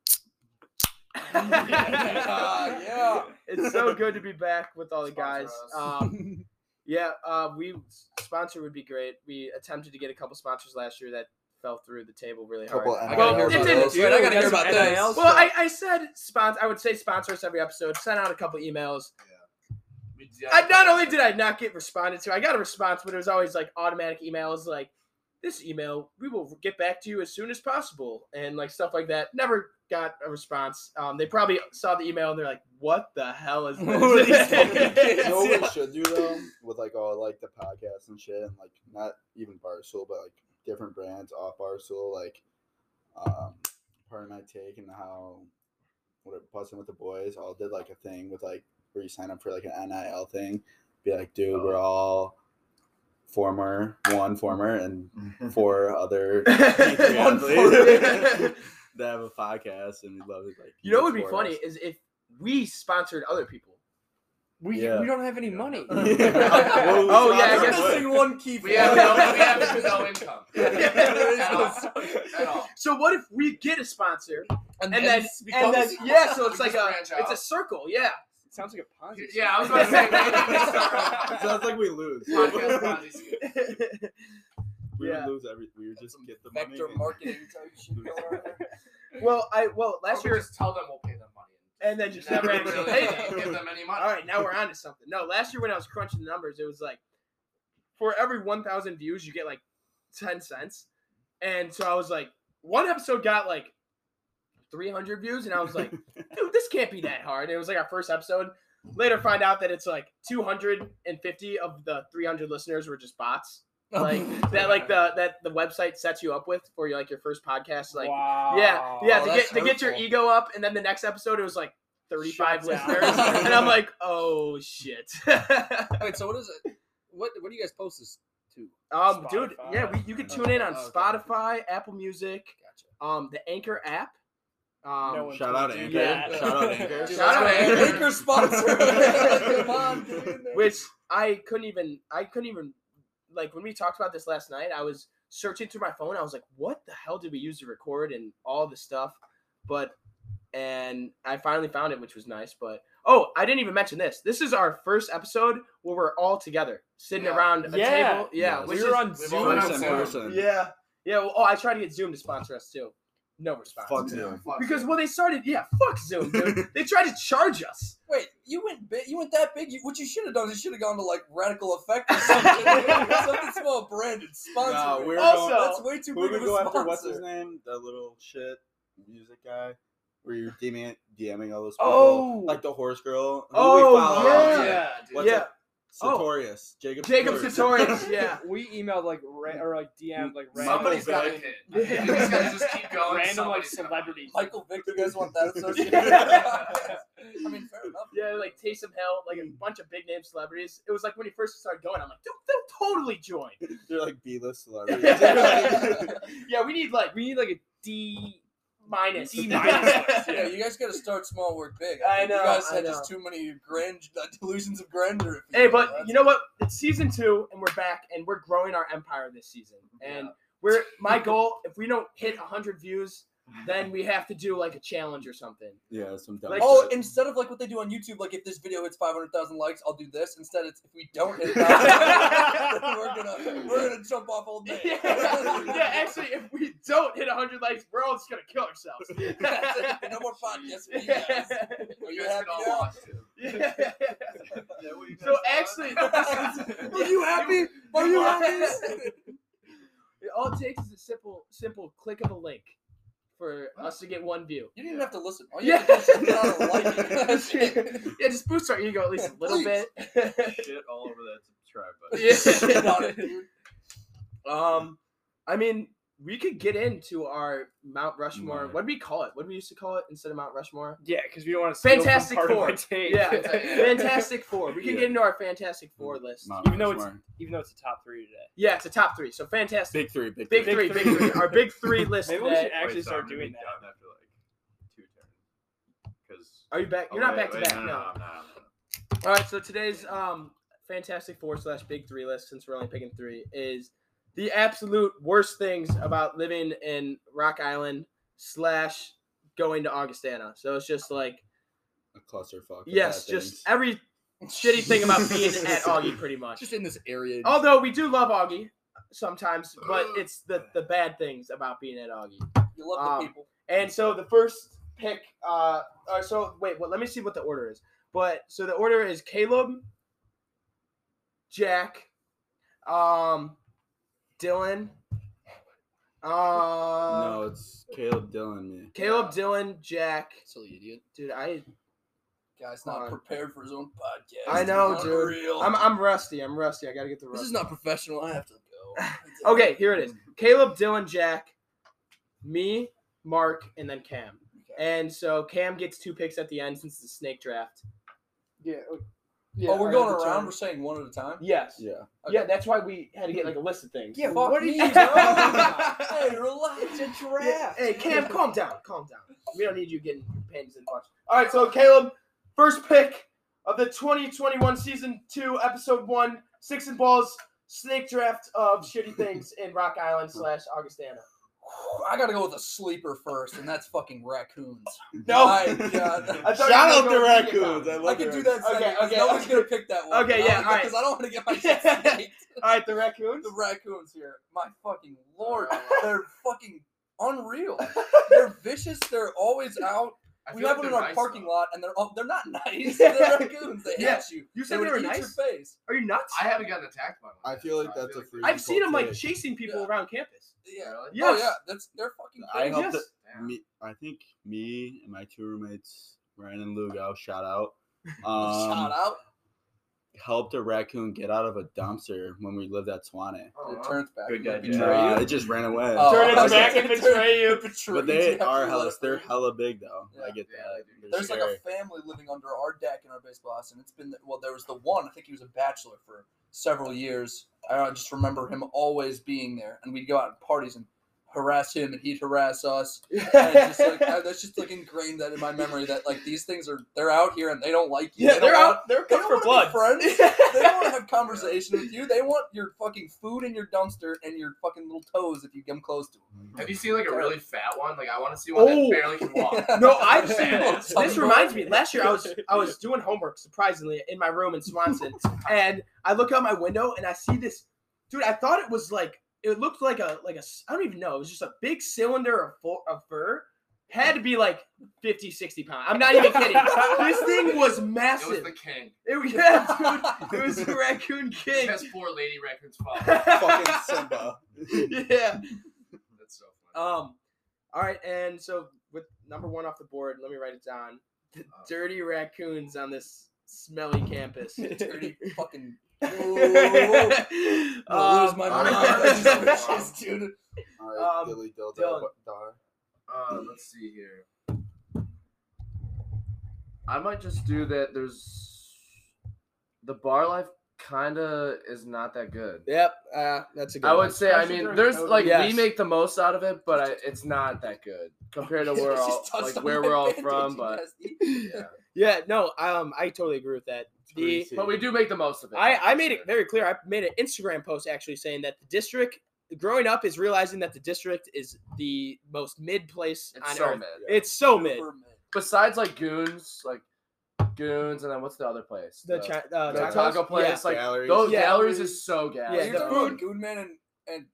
Speaker 4: Ah,
Speaker 5: Yeah,
Speaker 2: yeah.
Speaker 1: it's so good to be back with all the guys
Speaker 5: Sponsor
Speaker 1: um Yeah, uh, we sponsor would be great. We attempted to get a couple sponsors last year that fell through the table really hard.
Speaker 4: Couple
Speaker 1: I
Speaker 4: NIL
Speaker 1: gotta hear
Speaker 4: deals.
Speaker 1: about it
Speaker 2: Dude, I gotta hear
Speaker 3: That's
Speaker 2: about
Speaker 3: some NIL
Speaker 2: this.
Speaker 1: Well, I, I said sponsor. I would say sponsor us every episode. Send out a couple emails.
Speaker 5: We did-
Speaker 1: I not only did I not get responded to, I got a response, but it was always like automatic emails, like this email we will get back to you as soon as possible, and like stuff like that. Never got a response. Um, they probably saw the email and they're like, "What the hell is
Speaker 2: Who are these fucking
Speaker 1: this?"
Speaker 2: kids?
Speaker 4: You know what we should do though, with like all like the podcasts and shit, and like not even Barstool, but like different brands off Barstool, like um, part of my take and how what busting with the boys all did like a thing with like where you sign up for like an NIL thing, be like, dude,
Speaker 6: Oh.
Speaker 4: we're all former one former and four other
Speaker 1: One
Speaker 4: athletes that have a podcast and we love it. Like
Speaker 1: You know what would be
Speaker 4: support
Speaker 1: funny
Speaker 4: us.
Speaker 1: is if we sponsored other people.
Speaker 3: we,
Speaker 4: Yeah.
Speaker 3: we don't have any money.
Speaker 4: Well,
Speaker 1: Oh, yeah, I
Speaker 2: We're
Speaker 1: guess-
Speaker 2: missing one key.
Speaker 5: We have
Speaker 2: fact.
Speaker 5: no. We have no income.
Speaker 2: There is
Speaker 5: At
Speaker 2: no
Speaker 5: all.
Speaker 2: s-
Speaker 5: At all.
Speaker 1: So what if we get a sponsor
Speaker 2: And
Speaker 1: and then
Speaker 2: then
Speaker 1: and then
Speaker 2: becomes-
Speaker 1: yeah, so it's
Speaker 5: We
Speaker 1: like
Speaker 5: just
Speaker 1: a
Speaker 5: branch
Speaker 1: it's a
Speaker 5: out.
Speaker 1: circle, yeah.
Speaker 3: It sounds like a Ponzi. scheme.
Speaker 5: Yeah, I was about to say. Maybe we
Speaker 4: It
Speaker 5: start our own
Speaker 4: sounds like we lose.
Speaker 5: podcast Ponzi scheme.
Speaker 4: We
Speaker 1: Yeah.
Speaker 4: would lose every. We would just
Speaker 2: Some
Speaker 4: get the money.
Speaker 2: vector
Speaker 4: and-
Speaker 2: marketing type shit going on there.
Speaker 1: well, I well last
Speaker 5: Or we
Speaker 1: year
Speaker 5: just tell them we'll pay them money.
Speaker 1: and then just never
Speaker 5: never
Speaker 1: actually
Speaker 5: really
Speaker 1: paid
Speaker 5: give
Speaker 1: it.
Speaker 5: them any money.
Speaker 1: All right, now we're on to something. No, last year when I was crunching the numbers, it was like for every 1,000 views, you get like 10 cents. And so I was like, one episode got like 300 views, and I was like, dude, this can't be that hard. It was like our first episode. Later, find out that it's like 250 of the 300 listeners were just bots.
Speaker 2: Oh.
Speaker 1: Like that, like the that the website sets you up with for your like your first podcast. Like,
Speaker 3: wow.
Speaker 1: yeah, yeah, to
Speaker 2: Oh,
Speaker 1: get
Speaker 2: that's
Speaker 1: to get your
Speaker 2: hurtful.
Speaker 1: ego up, and then the next episode it was like 35
Speaker 3: Shut down.
Speaker 1: listeners, and I'm like, oh shit.
Speaker 2: Wait, so what is it?
Speaker 7: what what do you guys post this to?
Speaker 1: Um, dude, yeah,
Speaker 3: Spotify.
Speaker 1: we, you can tune in on
Speaker 7: Okay.
Speaker 1: Spotify, Apple Music,
Speaker 7: Gotcha.
Speaker 1: um, the Anchor app. Um,
Speaker 3: No one
Speaker 6: shout out
Speaker 3: told
Speaker 6: Anchor.
Speaker 3: you that.
Speaker 6: Shout out Anchor.
Speaker 1: Dude,
Speaker 5: Shout out
Speaker 1: Anchor.
Speaker 2: Anchor sponsor. Come on, dude.
Speaker 1: which I couldn't even I couldn't even like when we talked about this last night, I was searching through my phone. I was like, what the hell did we use to record and all this stuff? But and I finally found it, which was nice. But oh, I didn't even mention this. This is our first episode where we're all together sitting
Speaker 5: Yeah.
Speaker 1: around a
Speaker 3: Yeah.
Speaker 1: table. Yeah,
Speaker 6: Yes.
Speaker 1: which
Speaker 3: We
Speaker 1: is-
Speaker 3: were on
Speaker 5: we've
Speaker 3: Zoom.
Speaker 5: already
Speaker 6: Person,
Speaker 5: Zoom.
Speaker 6: person.
Speaker 1: Yeah. Yeah. Well, oh, I tried to get Zoom to sponsor us too. No response.
Speaker 6: Fuck
Speaker 4: Yeah.
Speaker 6: Zoom.
Speaker 5: Fuck
Speaker 1: Because
Speaker 5: it.
Speaker 1: well, they started. Yeah, fuck Zoom, dude. they tried to charge us.
Speaker 2: Wait, you went big. You went that big. You, what you should have done is you should have gone to like Radical Effect or something. something small, branded sponsor.
Speaker 4: Nah,
Speaker 2: it.
Speaker 4: we were
Speaker 1: Also-
Speaker 4: going,
Speaker 2: That's way too
Speaker 4: who
Speaker 2: big
Speaker 4: did
Speaker 2: of
Speaker 4: we
Speaker 2: a
Speaker 4: go
Speaker 2: sponsor.
Speaker 4: after? What's his name? That little shit music guy. Where you're DMing, DMing all those people.
Speaker 1: Oh.
Speaker 4: Like the horse girl. Who we
Speaker 1: Oh,
Speaker 4: follow?
Speaker 1: yeah.
Speaker 5: dude.
Speaker 4: What's
Speaker 1: yeah.
Speaker 4: it?
Speaker 1: Oh.
Speaker 4: Sartorius. Jacob
Speaker 1: Jacob Sartorius. Yeah.
Speaker 3: We emailed like ra- or like DM like random,
Speaker 5: Somebody's got to hit. These guys just keep going.
Speaker 3: random like
Speaker 5: somebody's got it.
Speaker 3: celebrities.
Speaker 2: Michael Vick. You guys want that associated?
Speaker 1: Yeah.
Speaker 2: I mean, fair enough.
Speaker 1: Yeah, like Taysom Hill, like a bunch of big name celebrities. It was like when he first started going, I'm like, they'll, they'll totally join.
Speaker 4: They're like B-list celebrities.
Speaker 1: yeah, we need like
Speaker 3: we need like a D.
Speaker 1: minus.
Speaker 3: D minus.
Speaker 2: Yeah, you guys got to start small, work big.
Speaker 1: I
Speaker 2: think
Speaker 1: know,
Speaker 2: You guys
Speaker 1: I
Speaker 2: had just too many grand uh, delusions of grandeur. if
Speaker 1: hey,
Speaker 2: will.
Speaker 1: but
Speaker 2: That's-
Speaker 1: you know what? It's season two, and we're back, and we're growing our empire this season. And we're my goal. If we don't hit 100 views, then we have to do like a challenge or something.
Speaker 4: yeah, some dumb
Speaker 1: Like-
Speaker 2: Oh,
Speaker 4: shit.
Speaker 2: instead of like what they do on YouTube, like if this video hits 500,000 likes, I'll do this. Instead, it's if we don't hit 500,000, then we're gonna we're gonna jump off all
Speaker 1: yeah,
Speaker 2: day.
Speaker 1: yeah, actually, if we don't hit 100 likes, we're all just gonna kill ourselves.
Speaker 2: That's it. no more podcasts for you guys. Are
Speaker 5: You
Speaker 2: you
Speaker 5: guys
Speaker 2: happy
Speaker 5: can all
Speaker 2: now?
Speaker 5: watch it.
Speaker 1: yeah. So actually,
Speaker 2: Are you happy? Are you happy?
Speaker 1: all it takes is a simple, simple click of a link for us to get one view.
Speaker 2: You didn't even have to listen. All you have to do is just get on and like it. That's it.
Speaker 1: Yeah, just boost our ego at least a little
Speaker 2: Please.
Speaker 1: bit.
Speaker 6: shit all over that subscribe button.
Speaker 2: Shit on it, dude.
Speaker 1: um, I mean, we could get into our Mount Rushmore.
Speaker 4: Mm.
Speaker 1: What do we call it? What do we used to call it instead of Mount Rushmore?
Speaker 3: Yeah, because we don't want to.
Speaker 1: Fantastic
Speaker 3: Fantastic part Four.
Speaker 1: Four.
Speaker 3: Of my take.
Speaker 1: Yeah, Fantastic Four. We can
Speaker 4: Yeah.
Speaker 1: get into our Fantastic Four list.
Speaker 4: Mount
Speaker 3: Even though it's-
Speaker 4: Rushmore.
Speaker 3: Even though it's a top three today.
Speaker 1: Yeah, it's a top three. So fantastic.
Speaker 4: big three, big,
Speaker 1: Big,
Speaker 3: Big
Speaker 1: three,
Speaker 3: three.
Speaker 1: big three. Our big three list
Speaker 3: Maybe we
Speaker 1: today.
Speaker 3: should
Speaker 6: Wait,
Speaker 3: actually
Speaker 6: so I'm
Speaker 3: start
Speaker 6: gonna be
Speaker 3: doing that.
Speaker 6: done after like two turns. Because
Speaker 1: Are you back? You're not back to back. no.
Speaker 6: no, no, no.
Speaker 1: All right, so today's um Fantastic Four slash Big Three list, since we're only picking three, is the absolute worst things about living in Rock Island slash going to Augustana. So it's just like
Speaker 4: A clusterfuck. of
Speaker 1: yes,
Speaker 4: bad
Speaker 1: just
Speaker 4: things.
Speaker 1: every shitty thing about being at Augie, pretty much.
Speaker 7: Just in this area.
Speaker 1: Although we do love Augie sometimes, but it's the the bad things about being at Augie.
Speaker 2: You love
Speaker 1: Um,
Speaker 2: the people.
Speaker 1: And so the first pick, uh, or so wait, what? Let me see what the order is. But so the order is Caleb, Jack, um, Dylan, um,
Speaker 4: no, it's Caleb Dylan, me.
Speaker 1: Caleb, Dylan, Jack.
Speaker 7: Silly idiot.
Speaker 1: Dude, I
Speaker 2: Guy's not
Speaker 1: on.
Speaker 2: prepared for his own podcast.
Speaker 1: I know, dude.
Speaker 2: Unreal.
Speaker 1: I'm I'm rusty. I'm rusty. I gotta get the
Speaker 2: This
Speaker 1: rust.
Speaker 2: is not professional. I have to go.
Speaker 1: okay, here it is. Caleb, Dylan, Jack, me, Mark, and then Cam. And so Cam gets two picks at the end since it's a snake draft.
Speaker 3: Yeah.
Speaker 2: oh, we're
Speaker 1: I
Speaker 2: going
Speaker 1: have the
Speaker 2: around.
Speaker 1: turn.
Speaker 2: We're saying one at a time.
Speaker 1: Yes.
Speaker 4: Yeah.
Speaker 2: Okay.
Speaker 1: Yeah, that's why we had to get like a list of things.
Speaker 3: Yeah,
Speaker 2: Fuck
Speaker 3: what are
Speaker 2: me, bro.
Speaker 3: you talking about?
Speaker 2: hey, relax. It's a draft.
Speaker 1: Hey, Cam, calm down. Calm down. We don't need you getting your pins in much. All right, so Caleb, first pick of the 2021 season two, episode one, six and balls, snake draft of shitty things in Rock Island slash Augustana.
Speaker 2: I gotta go with a sleeper first, and that's fucking raccoons.
Speaker 1: No.
Speaker 2: My God.
Speaker 1: I
Speaker 4: Shout
Speaker 1: thought you were gonna
Speaker 4: out the
Speaker 1: go with Vietnam.
Speaker 4: raccoons. I love
Speaker 2: I
Speaker 4: the
Speaker 2: can do
Speaker 4: raccoons.
Speaker 2: that second.
Speaker 1: Okay,
Speaker 2: because
Speaker 1: okay,
Speaker 2: no one's
Speaker 1: okay.
Speaker 2: gonna pick that one.
Speaker 1: Okay, yeah, alright.
Speaker 2: Because I don't want to get my shit snaked.
Speaker 1: All right, the raccoons.
Speaker 2: The raccoons here, my fucking lord, they're fucking unreal.
Speaker 1: All
Speaker 2: They're vicious. They're always out.
Speaker 5: I
Speaker 2: We
Speaker 5: feel
Speaker 2: have
Speaker 5: like
Speaker 2: one in
Speaker 5: they're
Speaker 2: our
Speaker 5: nice,
Speaker 2: parking
Speaker 5: though.
Speaker 2: lot, and they're all, they're not nice. They're raccoons. They
Speaker 1: Yeah.
Speaker 2: hate you.
Speaker 1: You said
Speaker 2: would
Speaker 1: they were
Speaker 2: eat
Speaker 1: nice?
Speaker 2: Your face.
Speaker 1: Are you nuts?
Speaker 5: I haven't gotten attacked by one.
Speaker 4: I
Speaker 5: yet,
Speaker 4: feel
Speaker 5: so
Speaker 4: like that's a
Speaker 5: feel
Speaker 4: free.
Speaker 1: I've seen them like
Speaker 4: take.
Speaker 1: chasing people
Speaker 2: Yeah.
Speaker 1: around campus.
Speaker 2: Yeah.
Speaker 5: Really?
Speaker 1: Yes.
Speaker 2: Oh yeah, that's they're fucking.
Speaker 4: I
Speaker 2: crazy.
Speaker 4: helped
Speaker 1: Yes.
Speaker 5: Yeah.
Speaker 4: me. I think me and my two roommates, Ryan and Lugo, shout out. Um,
Speaker 2: Shout out.
Speaker 4: helped a raccoon get out of a dumpster when we lived at Swanee.
Speaker 5: Oh,
Speaker 2: It turns back.
Speaker 6: Good
Speaker 2: Like,
Speaker 6: guy,
Speaker 2: betray
Speaker 6: Jack.
Speaker 4: Nah,
Speaker 2: you.
Speaker 4: it just ran away.
Speaker 2: Oh,
Speaker 3: Turn
Speaker 2: I
Speaker 3: it
Speaker 2: was
Speaker 3: back
Speaker 2: gonna
Speaker 3: and
Speaker 2: say,
Speaker 3: betray you.
Speaker 2: Betray
Speaker 4: but they
Speaker 2: Jack.
Speaker 4: are hella, they're hella big though. I
Speaker 2: Yeah.
Speaker 4: get
Speaker 5: Yeah,
Speaker 4: that.
Speaker 5: they do.
Speaker 4: They're
Speaker 2: There's like
Speaker 4: scary.
Speaker 2: a family living under our deck in our base house, and it's been well. There was the one I think he was a bachelor for several years. I just remember him always being there, and we'd go out at parties and harass him, and he'd harass us. And it's just like I- that's just like ingrained that in my memory that like these things are they're out here and they don't like you.
Speaker 1: yeah,
Speaker 2: They don't
Speaker 1: they're
Speaker 2: want-
Speaker 1: out. They're
Speaker 2: They
Speaker 1: coming
Speaker 2: don't
Speaker 1: for
Speaker 2: want
Speaker 1: blood.
Speaker 2: to be friends. they don't want to have conversation with you. They want your fucking food and your dumpster and your fucking little toes if you come close to them.
Speaker 5: Have you seen like a really fat one? Like I want to see one
Speaker 1: Oh.
Speaker 5: that barely can walk.
Speaker 1: No, I've seen
Speaker 5: Yeah.
Speaker 1: this. This reminds me. Last year, I was I was doing homework surprisingly in my room in Swanson, and I look out my window and I see this dude. I thought it was like it looked like a like a s- I don't even know. It was just a big cylinder of fur, of fur. Had to be like 50, 60 pounds. I'm not even kidding. this thing was
Speaker 5: It was
Speaker 1: massive.
Speaker 5: the king.
Speaker 1: It was, yeah, dude. It was the raccoon
Speaker 5: It
Speaker 1: king.
Speaker 5: has four lady raccoons following.
Speaker 4: fucking
Speaker 1: yeah.
Speaker 4: Simba.
Speaker 5: That's so funny.
Speaker 1: Um. All right, and so with number one off the board, let me write it down.
Speaker 5: Oh,
Speaker 1: The
Speaker 5: Uh,
Speaker 1: dirty raccoons on this smelly campus.
Speaker 2: Dirty fucking.
Speaker 1: Um,
Speaker 2: lose my
Speaker 4: Um,
Speaker 2: mind.
Speaker 5: um,
Speaker 2: Bitches, dude.
Speaker 4: All right,
Speaker 1: Um,
Speaker 4: Dilly Dildo
Speaker 1: Dylan.
Speaker 4: Dar.
Speaker 5: Uh, let's see here. I might just do that. There's the bar life kind of is not that good.
Speaker 1: Yep, uh, that's a good.
Speaker 5: I
Speaker 1: one.
Speaker 5: would say, I
Speaker 3: Especially
Speaker 5: mean,
Speaker 3: during
Speaker 5: there's
Speaker 3: COVID.
Speaker 5: like
Speaker 1: Yes.
Speaker 5: we make the most out of it, but I, it's not that good compared to where
Speaker 2: Just
Speaker 5: all
Speaker 2: touched
Speaker 5: like
Speaker 2: on
Speaker 5: where
Speaker 2: my
Speaker 5: we're all
Speaker 2: bandage,
Speaker 5: from.
Speaker 2: you
Speaker 5: But
Speaker 2: nasty.
Speaker 5: yeah,
Speaker 1: Yeah, no, um, I totally agree with that. The
Speaker 4: Greasy.
Speaker 5: but we do make the most of it.
Speaker 1: I, I made it very clear. I made an Instagram post actually saying that the district growing up is realizing that the district is the most mid place on
Speaker 5: It's so
Speaker 1: earth.
Speaker 5: mid.
Speaker 1: It's so mid.
Speaker 2: Super mid.
Speaker 5: Besides like goons, like goons, and then what's the other place?
Speaker 1: The chi- uh,
Speaker 5: the
Speaker 1: tacos?
Speaker 5: taco place.
Speaker 1: Yeah.
Speaker 5: Like
Speaker 4: Galleries.
Speaker 5: those
Speaker 1: Yeah.
Speaker 5: galleries is so gas.
Speaker 1: Yeah,
Speaker 2: You're
Speaker 1: the
Speaker 2: talking
Speaker 1: food-
Speaker 2: about Goodman and and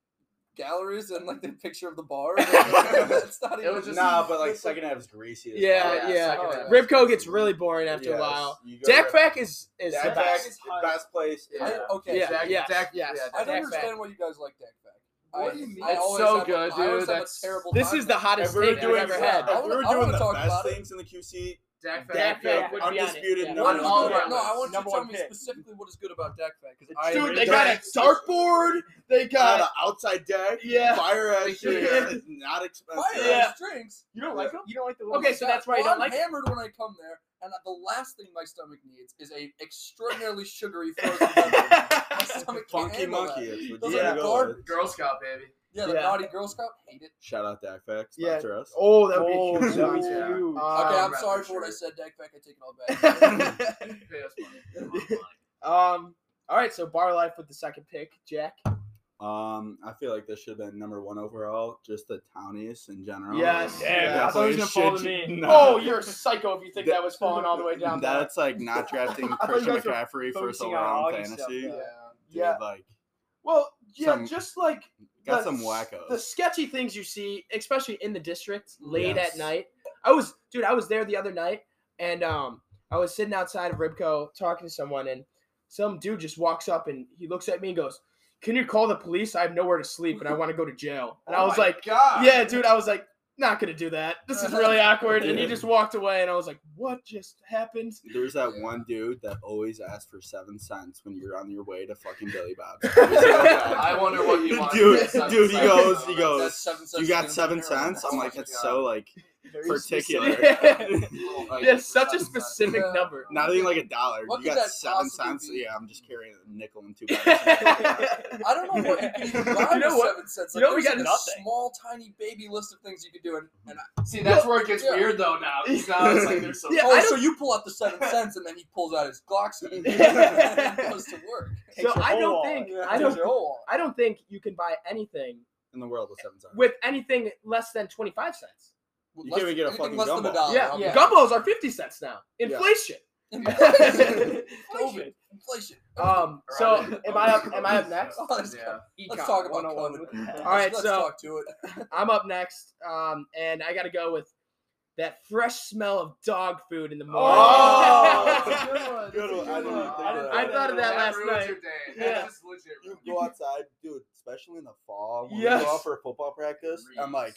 Speaker 2: galleries and like the picture of the bar. That's not
Speaker 5: It
Speaker 2: even.
Speaker 5: was just-
Speaker 4: nah, but like
Speaker 2: that's
Speaker 4: second half is greasy. as
Speaker 1: Yeah,
Speaker 4: fuck.
Speaker 1: yeah.
Speaker 5: second
Speaker 2: Oh,
Speaker 5: half.
Speaker 1: Ribco gets really boring after a
Speaker 4: Yes,
Speaker 1: while.
Speaker 4: you go
Speaker 1: Dak
Speaker 4: Rip-
Speaker 1: Pack is is the
Speaker 4: Dak Pack
Speaker 1: best.
Speaker 4: is the best place. in
Speaker 2: I,
Speaker 5: Yeah.
Speaker 2: okay,
Speaker 1: Yeah,
Speaker 2: so
Speaker 5: Dak-
Speaker 1: yes,
Speaker 5: Dak-
Speaker 1: yes.
Speaker 5: yeah,
Speaker 2: I
Speaker 1: Dak
Speaker 2: don't
Speaker 1: Pack.
Speaker 2: understand why you guys like Dak Pack.
Speaker 5: What
Speaker 2: I,
Speaker 5: do you mean?
Speaker 2: I
Speaker 5: It's
Speaker 2: always
Speaker 5: so
Speaker 2: have
Speaker 5: good,
Speaker 2: a, I always
Speaker 5: dude.
Speaker 2: Have
Speaker 5: That's-
Speaker 2: a terrible
Speaker 1: This
Speaker 2: time
Speaker 1: is the
Speaker 2: with it.
Speaker 1: hottest
Speaker 4: If we were
Speaker 1: steak I've
Speaker 4: doing,
Speaker 1: ever had.
Speaker 2: I
Speaker 4: if we
Speaker 2: wanna-
Speaker 4: were
Speaker 2: I wanna
Speaker 4: doing the
Speaker 2: talk
Speaker 4: best
Speaker 2: about it.
Speaker 4: things in the QC,
Speaker 5: Dak Fat
Speaker 1: Dak
Speaker 5: Fat
Speaker 1: Pack
Speaker 5: would
Speaker 1: would
Speaker 5: be
Speaker 1: be on it,
Speaker 4: undisputed
Speaker 1: yeah.
Speaker 4: number
Speaker 2: What
Speaker 5: On
Speaker 2: is
Speaker 4: one.
Speaker 5: all
Speaker 2: good
Speaker 5: of
Speaker 2: about-
Speaker 5: our
Speaker 2: no, I want you to
Speaker 3: number
Speaker 2: tell
Speaker 3: one
Speaker 2: me
Speaker 3: pick.
Speaker 2: specifically what is good about Dak Pack because
Speaker 1: Dude, they
Speaker 4: Dak-
Speaker 1: got a dartboard. They
Speaker 4: got an
Speaker 1: got
Speaker 4: outside deck.
Speaker 1: yeah.
Speaker 4: Fire ass shit.
Speaker 1: Yeah.
Speaker 4: It's not expensive.
Speaker 2: fire
Speaker 1: Yeah.
Speaker 2: drinks.
Speaker 3: You don't like them? You don't like the little
Speaker 1: Okay, so that's why you
Speaker 2: well,
Speaker 1: don't
Speaker 2: I'm
Speaker 1: like. it.
Speaker 2: hammered when I come there, and the last thing my stomach needs is a extraordinarily sugary frozen. beverage. my stomach can't
Speaker 4: Funky
Speaker 2: handle
Speaker 4: monkey.
Speaker 2: That.
Speaker 4: It's what
Speaker 2: Those
Speaker 4: you
Speaker 1: are
Speaker 4: gotta
Speaker 2: the
Speaker 4: go
Speaker 2: guard-
Speaker 4: with.
Speaker 5: Girl Scout baby.
Speaker 2: Yeah, the
Speaker 1: Yeah.
Speaker 2: naughty Girl Scout hate it.
Speaker 4: Shout out Dak Pack.
Speaker 1: Yeah.
Speaker 4: Sponsor us.
Speaker 1: Oh, that
Speaker 3: Oh,
Speaker 1: would be huge.
Speaker 5: that
Speaker 3: dude.
Speaker 1: sponsor.
Speaker 5: yeah.
Speaker 3: Dude.
Speaker 4: Oh,
Speaker 1: Um,
Speaker 2: Okay, I'm
Speaker 5: I'm
Speaker 2: sorry
Speaker 5: not
Speaker 2: for what I
Speaker 5: sure.
Speaker 2: said, Dak Pack. I take it all back.
Speaker 5: Pay us money.
Speaker 1: um. All right, so bar life with the second pick, Jack.
Speaker 4: Um, I feel like this should have been number one overall. Just the townies in general.
Speaker 1: Yes.
Speaker 3: Yeah,
Speaker 1: Yeah.
Speaker 3: I thought he was
Speaker 4: That's
Speaker 3: gonna
Speaker 4: like
Speaker 3: fall to
Speaker 4: shit
Speaker 3: me.
Speaker 4: you-
Speaker 1: Oh,
Speaker 4: Nah.
Speaker 1: you're a psycho if you think that was falling all the way down. there.
Speaker 4: That's like not drafting
Speaker 3: thought you
Speaker 4: Christian
Speaker 3: guys were
Speaker 4: McCaffrey first
Speaker 3: focusing on
Speaker 4: overall in
Speaker 3: Augie stuff,
Speaker 4: fantasy.
Speaker 3: though.
Speaker 4: Dude,
Speaker 1: yeah.
Speaker 4: like
Speaker 1: Well, yeah,
Speaker 4: Some-
Speaker 1: just like
Speaker 4: got
Speaker 1: the-
Speaker 4: some
Speaker 1: The
Speaker 4: wackos.
Speaker 1: sketchy things you see, especially in the district, late
Speaker 4: Yes.
Speaker 1: at night. I was, dude, I was there the other night, and um, I was sitting outside of Ribco talking to someone, and some dude just walks up and he looks at me and goes, "Can you call the police? I have nowhere to sleep and I want to go to jail."
Speaker 4: Oh
Speaker 1: And I was like,
Speaker 5: Oh God.
Speaker 1: "Yeah, dude," I was like. Not gonna do that. This is really awkward. And he just walked away, and I was like, "What just happened?"
Speaker 4: There's that one dude that always asks for seven cents when you're on your way to fucking Billy Bob's.
Speaker 5: I wonder what you want.
Speaker 4: Dude,
Speaker 5: That's not
Speaker 4: dude, he
Speaker 5: the same.
Speaker 4: goes, he
Speaker 5: That's
Speaker 4: goes.
Speaker 2: That's seven cents
Speaker 4: you
Speaker 2: in
Speaker 4: got
Speaker 2: the
Speaker 4: seven
Speaker 2: middle.
Speaker 4: cents? I'm like,
Speaker 5: Oh my
Speaker 4: it's so like
Speaker 1: Very
Speaker 4: particular.
Speaker 1: specific.
Speaker 5: like,
Speaker 1: yeah, such a
Speaker 5: that's not-
Speaker 1: specific
Speaker 2: Yeah.
Speaker 1: number.
Speaker 4: Not even like a dollar.
Speaker 2: What
Speaker 4: you
Speaker 2: could
Speaker 4: got
Speaker 2: that
Speaker 4: seven
Speaker 2: possibly
Speaker 4: cents?
Speaker 2: be?
Speaker 4: Yeah, I'm just carrying a nickel and two pennies.
Speaker 2: I don't know what you can even buy
Speaker 1: You know
Speaker 2: with
Speaker 1: what?
Speaker 2: seven cents.
Speaker 1: You
Speaker 2: Like,
Speaker 1: know we
Speaker 2: there's,
Speaker 1: got
Speaker 2: like,
Speaker 1: nothing.
Speaker 2: A small, tiny, baby list of things you could do, and, and I,
Speaker 5: See, that's where it gets
Speaker 2: Yeah.
Speaker 5: weird though. Now, 'cause now it's like there's some.
Speaker 1: Yeah,
Speaker 2: oh,
Speaker 1: I
Speaker 2: so you pull out the seven cents, and then he pulls out his Glock and he goes to work.
Speaker 1: So
Speaker 3: Takes your
Speaker 1: I
Speaker 3: whole
Speaker 1: don't
Speaker 3: wallet.
Speaker 1: think I
Speaker 2: Takes
Speaker 1: don't
Speaker 2: your whole wallet.
Speaker 1: I don't think you can buy anything
Speaker 4: in the world with seven cents.
Speaker 1: with anything less than 25 cents.
Speaker 4: You
Speaker 2: Less-
Speaker 4: can't even get a
Speaker 2: anything
Speaker 4: fucking
Speaker 2: less than a
Speaker 4: gumball.
Speaker 2: dollar.
Speaker 1: yeah,
Speaker 2: I'll be
Speaker 1: yeah. Gumbos
Speaker 2: honest.
Speaker 1: are 50 cents now. Inflation.
Speaker 2: COVID, inflation.
Speaker 1: um, so am I up am I up next?
Speaker 2: Oh, let's,
Speaker 5: Yeah.
Speaker 2: let's
Speaker 1: Econ
Speaker 2: talk about
Speaker 3: 101
Speaker 2: COVID.
Speaker 3: with the-
Speaker 1: oh All right,
Speaker 2: let's
Speaker 1: so-
Speaker 2: talk to it.
Speaker 1: I'm up next. Um, and I gotta go with that fresh smell of dog food in the morning.
Speaker 4: Oh!
Speaker 3: that's a good one.
Speaker 4: Good one. I didn't even think
Speaker 3: I
Speaker 4: of
Speaker 3: didn't-
Speaker 4: that.
Speaker 1: I thought of that last
Speaker 5: ruins
Speaker 1: night.
Speaker 5: Your day.
Speaker 1: Yeah.
Speaker 5: That's just legit.
Speaker 4: You
Speaker 5: ruins
Speaker 4: go outside, dude, especially in the fall. When
Speaker 1: Yes.
Speaker 4: we go out for football practice,
Speaker 5: your
Speaker 4: I'm like,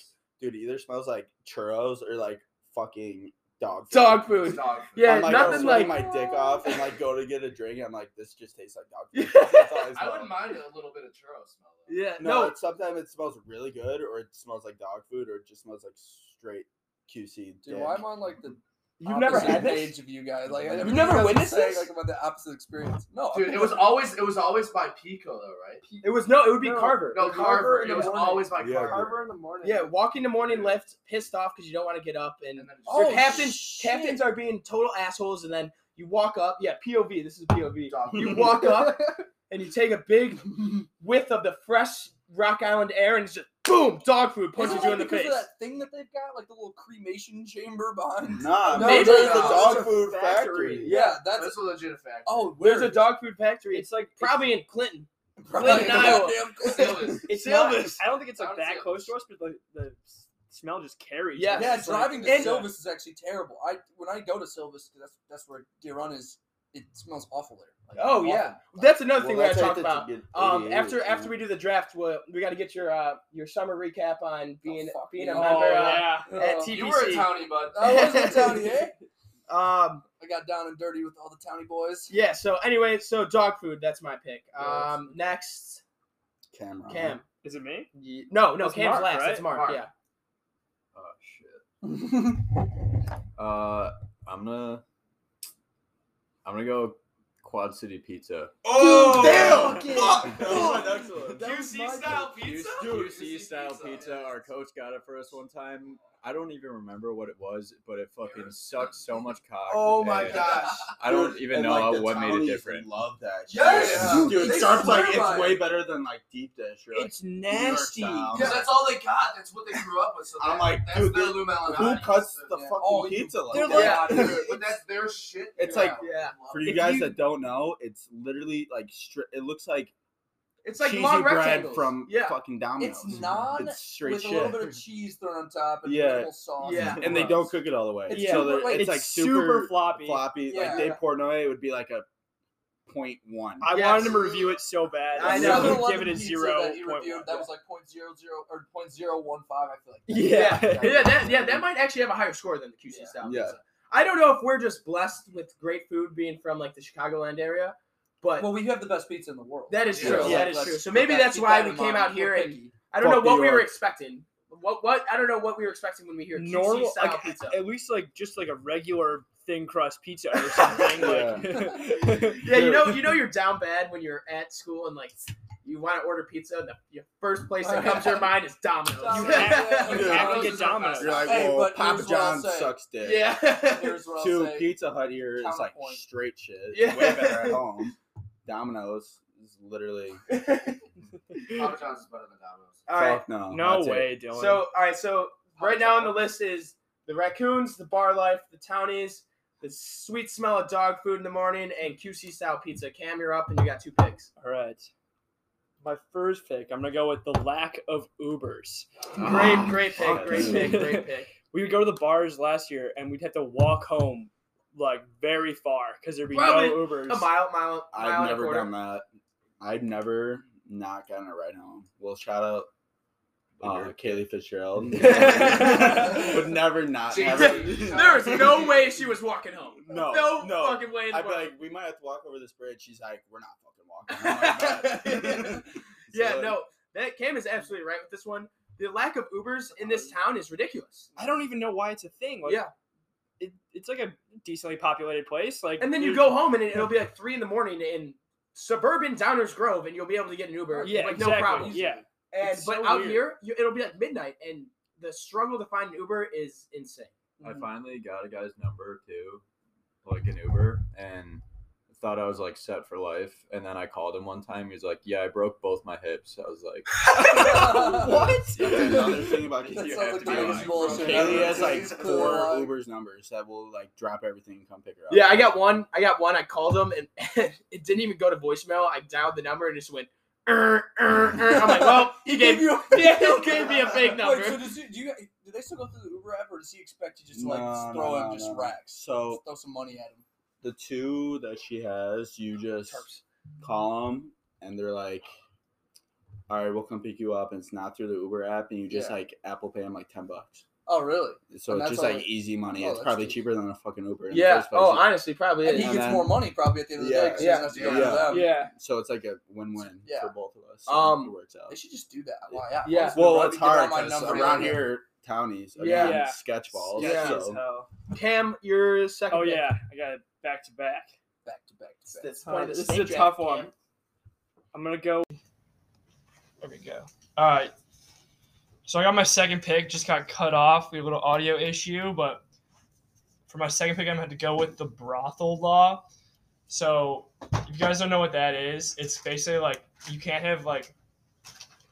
Speaker 5: reads.
Speaker 4: dude, either smells like churros or like fucking dog food.
Speaker 1: Dog food.
Speaker 5: It's dog food.
Speaker 1: Yeah,
Speaker 4: I'm like,
Speaker 1: nothing
Speaker 4: I'm
Speaker 1: like.
Speaker 4: sweating my dick off and like go to get a drink. I'm like, this just tastes like dog food. That's all
Speaker 5: I
Speaker 4: smell.
Speaker 5: wouldn't mind a little bit of churro smell. Though.
Speaker 1: yeah,
Speaker 4: No,
Speaker 1: no,
Speaker 4: it's- sometimes it smells really good, or it smells like dog food, or it just smells like straight QC.
Speaker 2: Dude,
Speaker 4: dick.
Speaker 2: why am I on like the
Speaker 1: you've never
Speaker 2: opposite
Speaker 1: had this.
Speaker 2: page of you guys? Like, I-
Speaker 4: You've
Speaker 2: everything
Speaker 1: never
Speaker 2: you guys are
Speaker 1: witnessed
Speaker 2: saying,
Speaker 1: this?
Speaker 2: Like about the opposite experience. No,
Speaker 5: Dude, it was always it was always by Pico though, right?
Speaker 1: It was no, it would be
Speaker 3: No.
Speaker 1: Carver.
Speaker 5: No, Carver.
Speaker 3: in
Speaker 5: It
Speaker 3: the
Speaker 5: was
Speaker 3: morning.
Speaker 5: always by
Speaker 4: Yeah,
Speaker 5: Carver.
Speaker 3: Carver in the morning.
Speaker 1: Yeah, walking the morning lift, pissed off because you don't want to get up, and,
Speaker 5: And then it's
Speaker 1: your
Speaker 2: Oh,
Speaker 1: captains
Speaker 2: shit.
Speaker 1: captains are being total assholes, and then you walk up. Yeah, POV. This is POV.
Speaker 5: Dog food.
Speaker 1: You walk up and you take a big whiff of the fresh Rock Island air, and it's just boom, dog food
Speaker 2: Is it
Speaker 1: punches you
Speaker 2: like
Speaker 1: in the
Speaker 2: because
Speaker 1: face.
Speaker 2: Of that thing that they've got, like the little cremation chamber behind.
Speaker 4: Nah,
Speaker 2: No,
Speaker 4: no, it's
Speaker 2: no,
Speaker 4: the
Speaker 2: no,
Speaker 4: dog
Speaker 2: it's a
Speaker 4: food
Speaker 5: factory.
Speaker 4: factory.
Speaker 2: Yeah, that's.
Speaker 5: That's a legit fact.
Speaker 2: oh, where
Speaker 1: There's a dog food factory. It's
Speaker 3: It's like
Speaker 1: probably in Clinton.
Speaker 2: probably
Speaker 1: Clinton,
Speaker 2: goddamn
Speaker 1: Iowa.
Speaker 2: close.
Speaker 5: Still is.
Speaker 1: It's
Speaker 3: not-
Speaker 1: Silvis.
Speaker 3: I don't think it's like
Speaker 5: Sounds like
Speaker 3: that
Speaker 5: it.
Speaker 3: close to us, but the, the s- smell just carries.
Speaker 1: Yeah.
Speaker 3: us.
Speaker 2: Yeah,
Speaker 3: It's like-
Speaker 2: driving to
Speaker 1: and-
Speaker 2: Silvis is actually terrible. I when I go to Silvis, 'cause that's that's where Deer Run is. It smells awful there. Like,
Speaker 1: Oh
Speaker 2: awful.
Speaker 1: yeah, that's another thing we
Speaker 4: Well,
Speaker 1: gotta
Speaker 4: that's
Speaker 1: talk
Speaker 4: like
Speaker 1: about.
Speaker 4: the-
Speaker 1: Um,
Speaker 4: 88,
Speaker 1: after
Speaker 4: man.
Speaker 1: after we do the draft, we we gotta get your uh your summer recap on being
Speaker 2: fuck
Speaker 1: being
Speaker 2: me.
Speaker 1: a
Speaker 2: Oh,
Speaker 1: member uh,
Speaker 3: yeah.
Speaker 1: at
Speaker 2: Uh,
Speaker 1: TBC.
Speaker 5: You were a townie, bud.
Speaker 2: I was in townie, eh?
Speaker 1: Um,
Speaker 2: I got down and dirty with all the townie boys.
Speaker 1: Yeah. So anyway, so dog food. That's my pick.
Speaker 2: Yeah,
Speaker 1: Um, next
Speaker 4: Camera.
Speaker 1: Cam.
Speaker 3: Is it me?
Speaker 1: Ye- No, no,
Speaker 3: That's
Speaker 1: Cam's
Speaker 3: Mark,
Speaker 1: last.
Speaker 3: right?
Speaker 1: That's Mark.
Speaker 5: Mark.
Speaker 1: Yeah.
Speaker 6: Oh shit. uh, I'm gonna. I'm gonna go Quad City Pizza.
Speaker 4: damn!
Speaker 5: QC style pizza.
Speaker 6: QC style pizza. Our coach got it for us one time. I don't even remember what it was, but it fucking sucked so much cock.
Speaker 4: Oh my
Speaker 6: and
Speaker 4: gosh.
Speaker 6: I don't
Speaker 4: Dude,
Speaker 6: even
Speaker 4: and,
Speaker 6: know
Speaker 4: like, the
Speaker 6: what made it
Speaker 4: Townies
Speaker 6: different.
Speaker 4: Love that. shit.
Speaker 2: Yes!
Speaker 4: dude,
Speaker 2: Dude, they
Speaker 4: Sharp's like
Speaker 2: swear by
Speaker 4: it's
Speaker 2: it.
Speaker 4: way better than like deep dish. You're like,
Speaker 1: It's
Speaker 4: nasty. style.
Speaker 5: Because that's all they got. That's what they grew up with. So
Speaker 4: I'm
Speaker 5: that-
Speaker 4: like,
Speaker 5: that's
Speaker 4: dude,
Speaker 5: their
Speaker 4: they-
Speaker 5: Lou Malinois.
Speaker 4: who cuts the
Speaker 5: Yeah.
Speaker 4: fucking
Speaker 2: Oh, you-
Speaker 4: pizza like
Speaker 2: they're
Speaker 4: that?
Speaker 2: like-
Speaker 5: Yeah, dude, but that's their shit.
Speaker 4: It's
Speaker 5: dude.
Speaker 4: like-
Speaker 1: Yeah.
Speaker 4: For you
Speaker 1: If
Speaker 4: guys
Speaker 1: you-
Speaker 4: that don't know, it's literally like stri- it looks like
Speaker 1: It's like
Speaker 4: cheesy
Speaker 1: long
Speaker 4: bread
Speaker 1: rectangles.
Speaker 4: from
Speaker 1: yeah.
Speaker 4: fucking Domino's.
Speaker 2: It's non
Speaker 4: It's straight
Speaker 2: with
Speaker 4: shit.
Speaker 2: a little bit of cheese thrown on top and a
Speaker 4: Yeah.
Speaker 2: little sauce.
Speaker 1: Yeah.
Speaker 4: and they don't cook it all the way.
Speaker 2: It's
Speaker 4: Yeah, so
Speaker 2: super-
Speaker 4: they're-
Speaker 2: like,
Speaker 4: it's,
Speaker 2: it's
Speaker 4: like
Speaker 3: super
Speaker 4: super,
Speaker 3: floppy.
Speaker 4: floppy.
Speaker 2: Yeah.
Speaker 4: Like they Portnoy, it would be like a point one.
Speaker 3: I
Speaker 1: Yes.
Speaker 3: wanted him to review it so bad.
Speaker 1: I
Speaker 3: so
Speaker 1: know.
Speaker 3: I
Speaker 2: Southern
Speaker 3: would give it a
Speaker 2: pizza
Speaker 3: zero.
Speaker 2: That, you reviewed, that was like point zero zero or point zero one five. I feel like.
Speaker 1: Yeah. Yeah. That yeah that might actually have a higher score than the QC
Speaker 2: Yeah.
Speaker 1: style
Speaker 4: Yeah.
Speaker 1: pizza. I don't know if we're just blessed with great food being from like the Chicagoland area, but
Speaker 2: Well, we have the best pizza in the world.
Speaker 1: that is
Speaker 2: Yeah.
Speaker 1: true.
Speaker 2: So,
Speaker 1: That
Speaker 2: like,
Speaker 1: is
Speaker 2: let's
Speaker 1: true. So
Speaker 2: put
Speaker 1: maybe
Speaker 2: that-
Speaker 1: that's
Speaker 2: keep
Speaker 1: why
Speaker 2: that
Speaker 1: we
Speaker 2: in
Speaker 1: came
Speaker 2: mind.
Speaker 1: out
Speaker 2: We're
Speaker 1: here and
Speaker 2: picky.
Speaker 1: I don't know
Speaker 4: Fuck
Speaker 1: what
Speaker 4: New
Speaker 1: we were
Speaker 4: York.
Speaker 1: expecting. What what I don't know what we were expecting when we hear QC
Speaker 3: normal,
Speaker 1: style
Speaker 3: like,
Speaker 1: pizza.
Speaker 3: at least like just like a regular thin crust pizza or something. like,
Speaker 1: Yeah, you know, you know, you're down bad when you're at school and like you want to order pizza, and the your first place that comes to your mind is Domino's.
Speaker 3: you
Speaker 2: Domino's.
Speaker 3: have, you
Speaker 4: Yeah.
Speaker 3: have to
Speaker 2: Those are
Speaker 3: get
Speaker 2: our
Speaker 3: Domino's.
Speaker 2: best.
Speaker 4: You're like,
Speaker 2: Hey,
Speaker 4: well,
Speaker 2: but
Speaker 4: Papa
Speaker 2: here's what I'll
Speaker 4: John's
Speaker 2: say.
Speaker 4: sucks dick.
Speaker 1: yeah,
Speaker 2: Here's what I'll
Speaker 4: Two
Speaker 2: say.
Speaker 4: Pizza Hut here is like
Speaker 2: Counterpoint.
Speaker 4: straight shit.
Speaker 1: Yeah.
Speaker 4: Way better at home. Domino's is literally
Speaker 5: Papa John's is better than Domino's.
Speaker 1: all right.
Speaker 4: fuck no.
Speaker 3: No
Speaker 4: That's it.
Speaker 3: way, Dylan.
Speaker 1: So, all right. So, right now on the list is the raccoons, the bar life, the townies, the sweet smell of dog food in the morning, and QC style pizza. Cam, you're up, and you got two picks.
Speaker 3: all right, my first pick, I'm gonna go with the lack of Ubers.
Speaker 1: Great, great pick. Great
Speaker 4: Ah, you.
Speaker 1: pick. Great pick.
Speaker 3: We would go to the bars last year, and we'd have to walk home like very far because there'd be
Speaker 1: Probably
Speaker 3: no Ubers.
Speaker 1: A mile, mile, mile
Speaker 4: I've
Speaker 1: and a
Speaker 4: never
Speaker 1: quarter.
Speaker 4: done that. I've never not gotten a ride home. Well, shout out uh, Kaylee Fitzgerald. Would never not. have it.
Speaker 5: Jesus.
Speaker 1: There is no way she was walking home.
Speaker 4: No,
Speaker 1: no,
Speaker 4: no.
Speaker 1: fucking way. in the
Speaker 4: I'd be
Speaker 1: world.
Speaker 4: like, we might have to walk over this bridge. She's like, we're not fucking walking. I'm like, "Bet."
Speaker 1: Yeah,
Speaker 4: So,
Speaker 1: no, that Cam is absolutely right with this one. The lack of Ubers in this town is ridiculous.
Speaker 3: I don't even know why it's a thing. Like,
Speaker 1: Yeah.
Speaker 3: it, it's like a decently populated place. Like,
Speaker 1: And then you
Speaker 3: there's-
Speaker 1: go home and it- it'll be like three in the morning in suburban Downers Grove, and you'll be able to get an Uber.
Speaker 3: Yeah,
Speaker 1: like
Speaker 3: exactly.
Speaker 1: no problem.
Speaker 3: Yeah,
Speaker 1: And
Speaker 3: It's
Speaker 1: but
Speaker 3: so
Speaker 1: out
Speaker 3: weird.
Speaker 1: here, you, it'll be like midnight, and the struggle to find an Uber is insane.
Speaker 6: I finally got a guy's number too, like an Uber, and thought I was like set for life. And then I called him one time. He's like, "Yeah, I broke both my hips." I was like,
Speaker 4: That's another thing about
Speaker 2: That
Speaker 4: Kaylee.
Speaker 6: You
Speaker 2: sounds
Speaker 6: have
Speaker 2: like
Speaker 6: to
Speaker 2: the
Speaker 6: be
Speaker 2: biggest
Speaker 6: like,
Speaker 2: bullshit.
Speaker 6: okay, he
Speaker 2: ever.
Speaker 4: has like
Speaker 2: It's
Speaker 4: four
Speaker 2: clear, like-
Speaker 4: Uber's numbers that will like drop everything and come pick her up.
Speaker 1: Yeah, I got one. I got one. I called them, and it didn't even go to voicemail. I dialed the number and it just went. "Er, er, er." I'm like, well, he gave
Speaker 2: you a
Speaker 1: yeah, he gave me a fake
Speaker 2: Wait, so
Speaker 1: number.
Speaker 2: does he, do you? Do they still go through the Uber app, or does he expect you just to,
Speaker 4: No,
Speaker 2: like just throw
Speaker 4: no,
Speaker 2: him
Speaker 4: no,
Speaker 2: just
Speaker 4: no. Oh.
Speaker 2: racks?
Speaker 4: So
Speaker 2: Just throw some money at him.
Speaker 4: the two that she has, you just
Speaker 1: Terps.
Speaker 4: call them and they're like, "All right, we'll come pick you up." And it's not through the Uber app, and you just
Speaker 2: Yeah.
Speaker 4: like Apple Pay them like ten bucks.
Speaker 2: Oh, really?
Speaker 4: So
Speaker 2: And that's
Speaker 4: it's just
Speaker 2: all
Speaker 4: like
Speaker 2: it-
Speaker 4: easy money.
Speaker 2: Oh,
Speaker 4: it's
Speaker 2: that's
Speaker 4: probably
Speaker 2: cheap.
Speaker 4: cheaper than a fucking Uber. in the
Speaker 1: Yeah.
Speaker 4: first place.
Speaker 1: Oh, honestly, probably
Speaker 2: And
Speaker 1: is.
Speaker 2: he gets
Speaker 4: And then-
Speaker 2: more money probably at the end of the day
Speaker 4: Yeah.
Speaker 2: 'cause he doesn't have to go
Speaker 4: Yeah.
Speaker 2: to them.
Speaker 3: Yeah.
Speaker 4: so it's like a win-win
Speaker 2: Yeah.
Speaker 4: for both of us. So
Speaker 1: Um,
Speaker 4: it works out.
Speaker 2: They should just do that. Wow, yeah.
Speaker 1: Yeah.
Speaker 2: honestly,
Speaker 4: Well,
Speaker 2: bro,
Speaker 4: it's
Speaker 2: you give out
Speaker 4: hard
Speaker 2: my
Speaker 4: 'cause
Speaker 2: number
Speaker 4: around
Speaker 2: right now.
Speaker 4: here, townies
Speaker 1: Yeah. uh,
Speaker 4: again,
Speaker 3: Yeah.
Speaker 4: sketch balls.
Speaker 3: Yeah,
Speaker 4: so-
Speaker 3: as hell.
Speaker 1: Cam, your second.
Speaker 3: Oh
Speaker 1: pick.
Speaker 3: yeah, I got it back to back.
Speaker 2: Back to back to back.
Speaker 1: That's
Speaker 3: Uh,
Speaker 1: one of the
Speaker 3: this
Speaker 1: snake
Speaker 3: is a
Speaker 1: draft,
Speaker 3: tough one.
Speaker 1: Cam.
Speaker 3: I'm gonna go. There we go. All right. So I got my second pick. Just got cut off. We had a little audio issue, but for my second pick, I'm gonna have to go with the brothel law. So if you guys don't know what that is, it's basically like you can't have like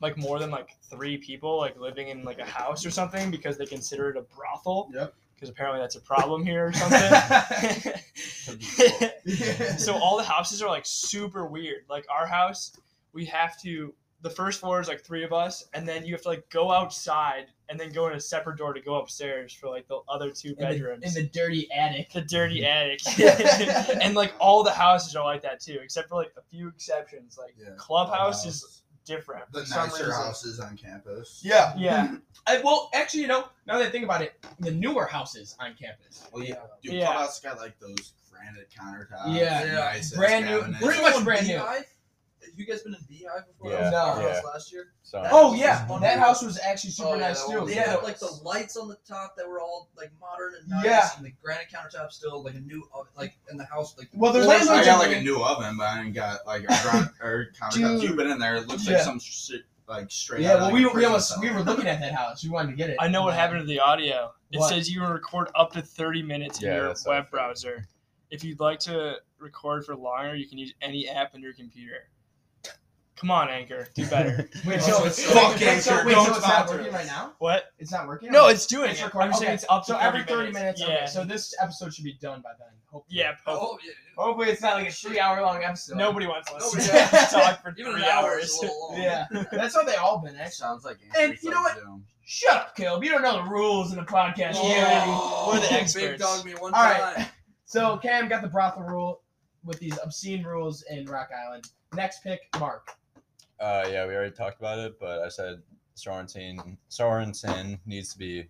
Speaker 3: like more than like three people like living in like a house or something because they consider it a brothel.
Speaker 4: Yep.
Speaker 3: Because apparently that's a problem here or something. so all the houses are like super weird. Like our house, we have to the first floor is like three of us, and then you have to like go outside and then go in a separate door to go upstairs for like the other two bedrooms.
Speaker 1: the dirty attic.
Speaker 3: the dirty attic.
Speaker 2: Mm-hmm.
Speaker 3: and like all the houses are like that too, except for like a few exceptions. Like
Speaker 8: Yeah.
Speaker 3: clubhouse is different.
Speaker 8: the
Speaker 3: for some
Speaker 8: nicer
Speaker 3: reason.
Speaker 8: houses on campus.
Speaker 1: Yeah.
Speaker 3: Yeah,
Speaker 1: I, well, actually, you know, now that I think about it, the newer houses on campus.
Speaker 8: Well, yeah, dude,
Speaker 3: Yeah.
Speaker 8: Clubhouse got like those granite countertops.
Speaker 1: Yeah,
Speaker 8: and
Speaker 1: yeah.
Speaker 8: nice-ass
Speaker 1: Brand new-
Speaker 8: cabinets.
Speaker 1: pretty much brand new.
Speaker 2: Beehive? Have you guys been in Beehive before?
Speaker 6: Yeah,
Speaker 2: That was
Speaker 6: yeah.
Speaker 2: ours last year.
Speaker 6: So
Speaker 2: That
Speaker 1: Oh
Speaker 2: house
Speaker 1: yeah,
Speaker 2: was
Speaker 1: that
Speaker 2: unreal.
Speaker 1: house was actually super
Speaker 2: Oh, yeah,
Speaker 1: nice
Speaker 2: that
Speaker 1: too.
Speaker 2: one- They
Speaker 1: Yeah.
Speaker 2: had like the lights on the top that were all like modern and nice,
Speaker 1: Yeah.
Speaker 2: and the granite countertop still like a new oven, like in the house like. the
Speaker 1: Well, their
Speaker 2: floors-
Speaker 1: landlord's
Speaker 8: I
Speaker 1: in
Speaker 8: got like
Speaker 1: there.
Speaker 8: a new oven, but I ain't got like a ground or countertop.
Speaker 1: Dude.
Speaker 8: You've been in there. It looks
Speaker 1: Yeah.
Speaker 8: like some shit like straight.
Speaker 1: yeah,
Speaker 8: out
Speaker 1: well,
Speaker 8: of, like,
Speaker 1: we,
Speaker 8: a
Speaker 1: we
Speaker 8: prison
Speaker 1: almost
Speaker 8: cell.
Speaker 1: we were looking at that house. We wanted to get it.
Speaker 3: I know what
Speaker 1: Yeah.
Speaker 3: happened to the audio. It
Speaker 1: What?
Speaker 3: says you can record up to 30 minutes
Speaker 6: Yeah,
Speaker 3: in your
Speaker 6: that's what I
Speaker 3: web
Speaker 6: figured.
Speaker 3: browser. If you'd like to record for longer, you can use any app on your computer. Come on, Anchor, do better.
Speaker 1: Wait,
Speaker 8: Oh,
Speaker 1: so
Speaker 8: it's
Speaker 1: it's
Speaker 8: fucking
Speaker 1: wait, so,
Speaker 8: Anchor,
Speaker 1: wait,
Speaker 8: don't
Speaker 1: so it's not
Speaker 8: sponsor
Speaker 1: working
Speaker 8: us.
Speaker 1: right now?
Speaker 3: what?
Speaker 1: It's not working.
Speaker 3: No, it's doing
Speaker 1: It's
Speaker 3: it.
Speaker 1: recording?
Speaker 3: I'm saying
Speaker 1: Okay.
Speaker 3: it's up to
Speaker 1: so every thirty minutes.
Speaker 3: Yeah.
Speaker 1: Okay, so this episode should be done by then. Hopefully.
Speaker 3: yeah. po-
Speaker 2: Oh, yeah.
Speaker 1: Hopefully, it's not like a three-hour-long episode.
Speaker 3: Nobody wants to
Speaker 2: Nobody
Speaker 3: listen to us
Speaker 1: does.
Speaker 3: talk for
Speaker 2: Even
Speaker 3: three
Speaker 2: an hour is
Speaker 3: hours.
Speaker 2: a little long.
Speaker 1: Yeah, that's how they all been. Actually.
Speaker 4: sounds like
Speaker 1: And you know what? Shut up, Caleb. You don't know the rules in the podcast. community.
Speaker 3: we're the
Speaker 2: Big
Speaker 3: experts.
Speaker 2: dog me one
Speaker 1: All
Speaker 2: time.
Speaker 1: right. So Cam got the brothel rule with these obscene rules in Rock Island. Next pick, Mark.
Speaker 6: Uh, yeah, we already talked about it, but I said Sorensen Sorensen needs to be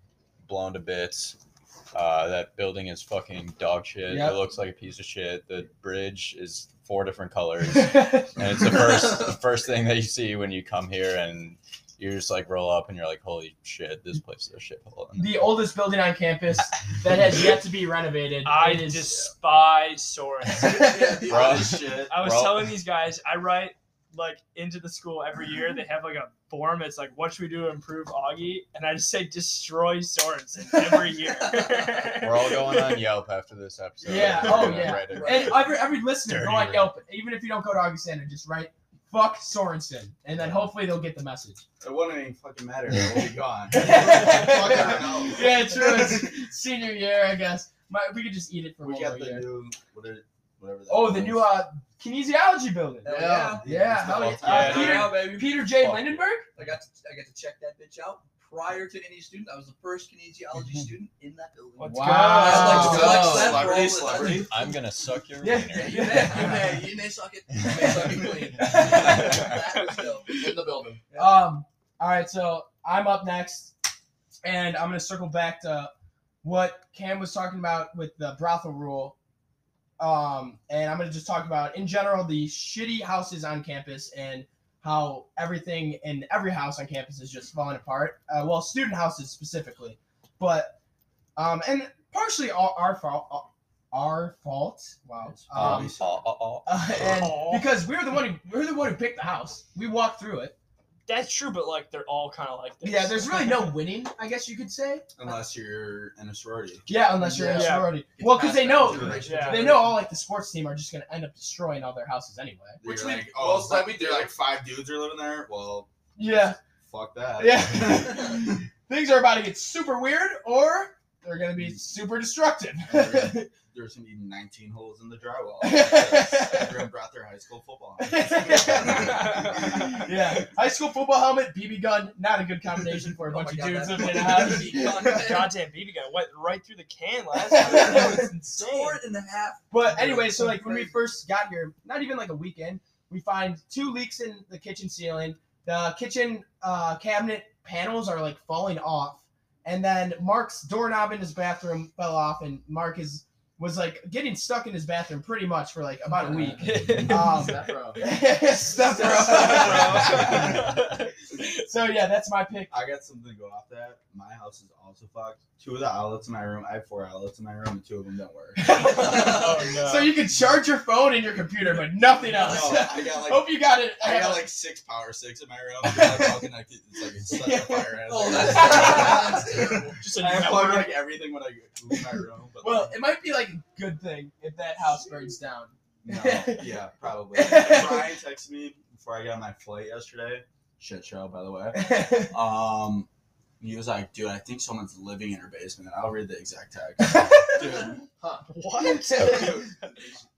Speaker 6: blown to bits. Uh, that building is fucking dog shit.
Speaker 1: Yep.
Speaker 6: It looks like a piece of shit. The bridge is four different colors, and
Speaker 1: yeah,
Speaker 6: it's the first the first thing that you see when you come here, and you just like roll up and you're like, holy shit, this place is a shithole. And
Speaker 1: the oldest building on campus that has yet to be renovated.
Speaker 3: I
Speaker 1: It is-
Speaker 3: despise Sorensen.
Speaker 2: Yeah, the
Speaker 6: Bro.
Speaker 2: other shit.
Speaker 3: I was
Speaker 6: Well-
Speaker 3: telling these guys, I write like into the school every year. They have like a form. It's like, what should we do to improve Augie? And I just say destroy Sorensen every year.
Speaker 6: We're all going on Yelp after this episode.
Speaker 1: Yeah,
Speaker 6: We're
Speaker 1: oh,
Speaker 6: gonna
Speaker 1: yeah.
Speaker 6: write it.
Speaker 1: And every every listener, go
Speaker 6: Dirty
Speaker 1: on
Speaker 6: room.
Speaker 1: Yelp, even if you don't go to August Center, just write "fuck Sorensen," and then hopefully they'll get the message.
Speaker 8: It wouldn't even fucking matter. We'll be gone.
Speaker 1: yeah, true. It's senior year, I guess. My, we could just eat it for
Speaker 8: We
Speaker 1: one
Speaker 8: got
Speaker 1: more
Speaker 8: the
Speaker 1: year.
Speaker 8: new what are, whatever. That
Speaker 1: oh, the
Speaker 8: is.
Speaker 1: new uh, kinesiology building.
Speaker 2: Hell yeah.
Speaker 1: Yeah, hell yeah.
Speaker 8: It's the
Speaker 1: Uh,
Speaker 6: Yeah,
Speaker 2: Peter,
Speaker 1: Peter,
Speaker 2: yeah, baby.
Speaker 1: Peter J.
Speaker 6: Fuck.
Speaker 1: Lindenberg?
Speaker 2: I got to, I got to check that bitch out prior to any student. I was the first kinesiology student in that building.
Speaker 3: Let's
Speaker 1: Wow.
Speaker 3: go.
Speaker 2: I'd
Speaker 6: Uh,
Speaker 1: Oh,
Speaker 2: like to flex
Speaker 1: no.
Speaker 2: that
Speaker 8: Celebrity,
Speaker 2: role.
Speaker 8: celebrity.
Speaker 6: I'm gonna suck your
Speaker 1: Yeah.
Speaker 6: wiener.
Speaker 2: You may, you may, you may suck it. You may suck it clean. that was dope. In the building.
Speaker 1: Um. All right, so I'm up next, and I'm gonna circle back to what Cam was talking about with the brothel rule. Um, and I'm gonna just talk about in general the shitty houses on campus and how everything in every house on campus is just falling apart. Uh, well, student houses specifically, but um, and partially all our fault. uh, Our fault. Wow. Um,
Speaker 6: Um, aw, aw, aw.
Speaker 1: uh,
Speaker 3: Aw.
Speaker 1: and because we were the one who, we were the one who picked the house, we walked through it.
Speaker 3: That's true, but like they're all kind of like this.
Speaker 1: Yeah, there's really no winning, I guess you could say.
Speaker 8: Unless you're in a sorority.
Speaker 1: Yeah, unless you're in a
Speaker 3: Yeah.
Speaker 1: sorority. Well, because they know
Speaker 3: Yeah.
Speaker 1: they know all like the sports team are just gonna end up destroying all their houses anyway.
Speaker 8: Which
Speaker 2: Which
Speaker 8: like,
Speaker 2: we-
Speaker 8: oh,
Speaker 2: well,
Speaker 8: so
Speaker 2: we
Speaker 8: they're
Speaker 2: do.
Speaker 8: like five dudes are living there. Well,
Speaker 1: Yeah,
Speaker 8: fuck that.
Speaker 1: Yeah. things are about to get super weird, or they're gonna be super destructive.
Speaker 8: There's gonna be 19 holes in the drywall. Everyone brought their high school football.
Speaker 1: yeah, high school football helmet, BB gun, not a good combination for a
Speaker 2: Oh
Speaker 1: bunch
Speaker 2: my
Speaker 1: of
Speaker 2: God,
Speaker 1: dudes
Speaker 2: that
Speaker 1: living in a
Speaker 2: fucking
Speaker 1: house.
Speaker 2: BB gun.
Speaker 3: Goddamn BB gun went right through the can last time. That was insane.
Speaker 2: Sword in the half.
Speaker 1: But anyway, so like when we first got here, not even like a weekend, we find two leaks in the kitchen ceiling. The kitchen uh, cabinet panels are like falling off, and then Mark's doorknob in his bathroom fell off, and Mark is was like getting stuck in his bathroom pretty much for like about a week. Um,
Speaker 5: Zephyro.
Speaker 1: Stuff, bro. so yeah, that's my pick.
Speaker 4: I got something to go off that. My house is also fucked. Two of the outlets in my room. I have four outlets in my room, and two of them don't work.
Speaker 3: oh no.
Speaker 1: So you can charge your phone and your computer, but nothing
Speaker 4: No,
Speaker 1: else.
Speaker 4: I got like
Speaker 3: Oh,
Speaker 1: Hope you got it.
Speaker 4: I got like six power six in my room. They're like all connected. It's like it's such a fire. hazard.
Speaker 9: Oh, that's-
Speaker 3: Just a
Speaker 4: I unplug
Speaker 3: network.
Speaker 4: like everything when I leave my room. But
Speaker 1: well,
Speaker 4: like,
Speaker 1: it might be like a good thing if that house burns down.
Speaker 4: no, yeah, probably. Brian texted me before I got on my flight yesterday. Shit show, by the way. Um, he was like, "Dude, I think someone's living in her basement." I'll read the exact text. Dude,
Speaker 1: what?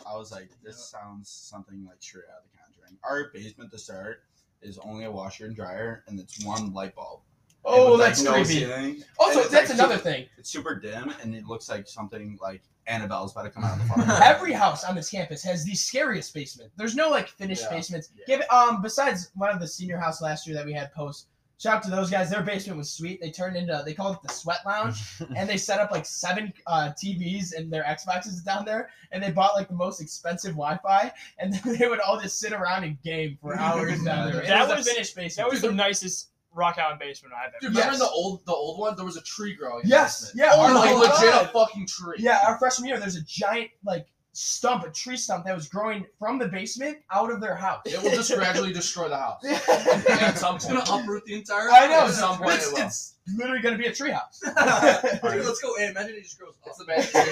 Speaker 4: I was like, "This sounds something like straight out of The Conjuring." Our basement to start is only a washer and dryer, and it's one light bulb. And
Speaker 1: oh,
Speaker 4: with, like,
Speaker 1: that's
Speaker 4: no
Speaker 1: creepy.
Speaker 4: ceiling.
Speaker 1: Also,
Speaker 4: it's
Speaker 1: that's
Speaker 4: like
Speaker 1: another
Speaker 4: super-
Speaker 1: thing.
Speaker 4: It's super dim, and it looks like something like Annabelle's about to come out of the fucking.
Speaker 1: Every house on this campus has the scariest basement. There's no like finished
Speaker 4: Yeah.
Speaker 1: basements.
Speaker 4: Yeah.
Speaker 1: Give um besides one of the senior house last year that we had post. Shout out to those guys. Their basement was sweet. They turned into they called it the sweat lounge, and they set up like seven uh, TVs and their Xboxes down there, and they bought like the most expensive Wi-Fi, and then they would all just sit around and game for hours down there. It
Speaker 3: That
Speaker 1: was,
Speaker 3: was-
Speaker 1: a finished basement.
Speaker 3: That was the nicest Rock Island basement I've
Speaker 5: Dude,
Speaker 3: ever.
Speaker 5: remember
Speaker 1: Yes.
Speaker 5: the old the old one? There was a tree growing. in the
Speaker 1: Yes,
Speaker 5: basement.
Speaker 1: yeah,
Speaker 5: Or,
Speaker 1: oh
Speaker 5: like
Speaker 1: my
Speaker 5: legit
Speaker 1: God.
Speaker 5: a fucking tree.
Speaker 1: Yeah, our freshman year, there's a giant like stump, a tree stump that was growing from the basement out of their house.
Speaker 5: It will just gradually destroy the house.
Speaker 1: I
Speaker 5: At some
Speaker 2: It's gonna
Speaker 5: point.
Speaker 2: uproot the entire.
Speaker 1: know.
Speaker 5: At some point
Speaker 1: it's,
Speaker 5: it will.
Speaker 1: it's literally gonna be a treehouse.
Speaker 2: Dude, let's go. Hey, imagine it just grows.
Speaker 5: It's the
Speaker 2: up.
Speaker 5: best tree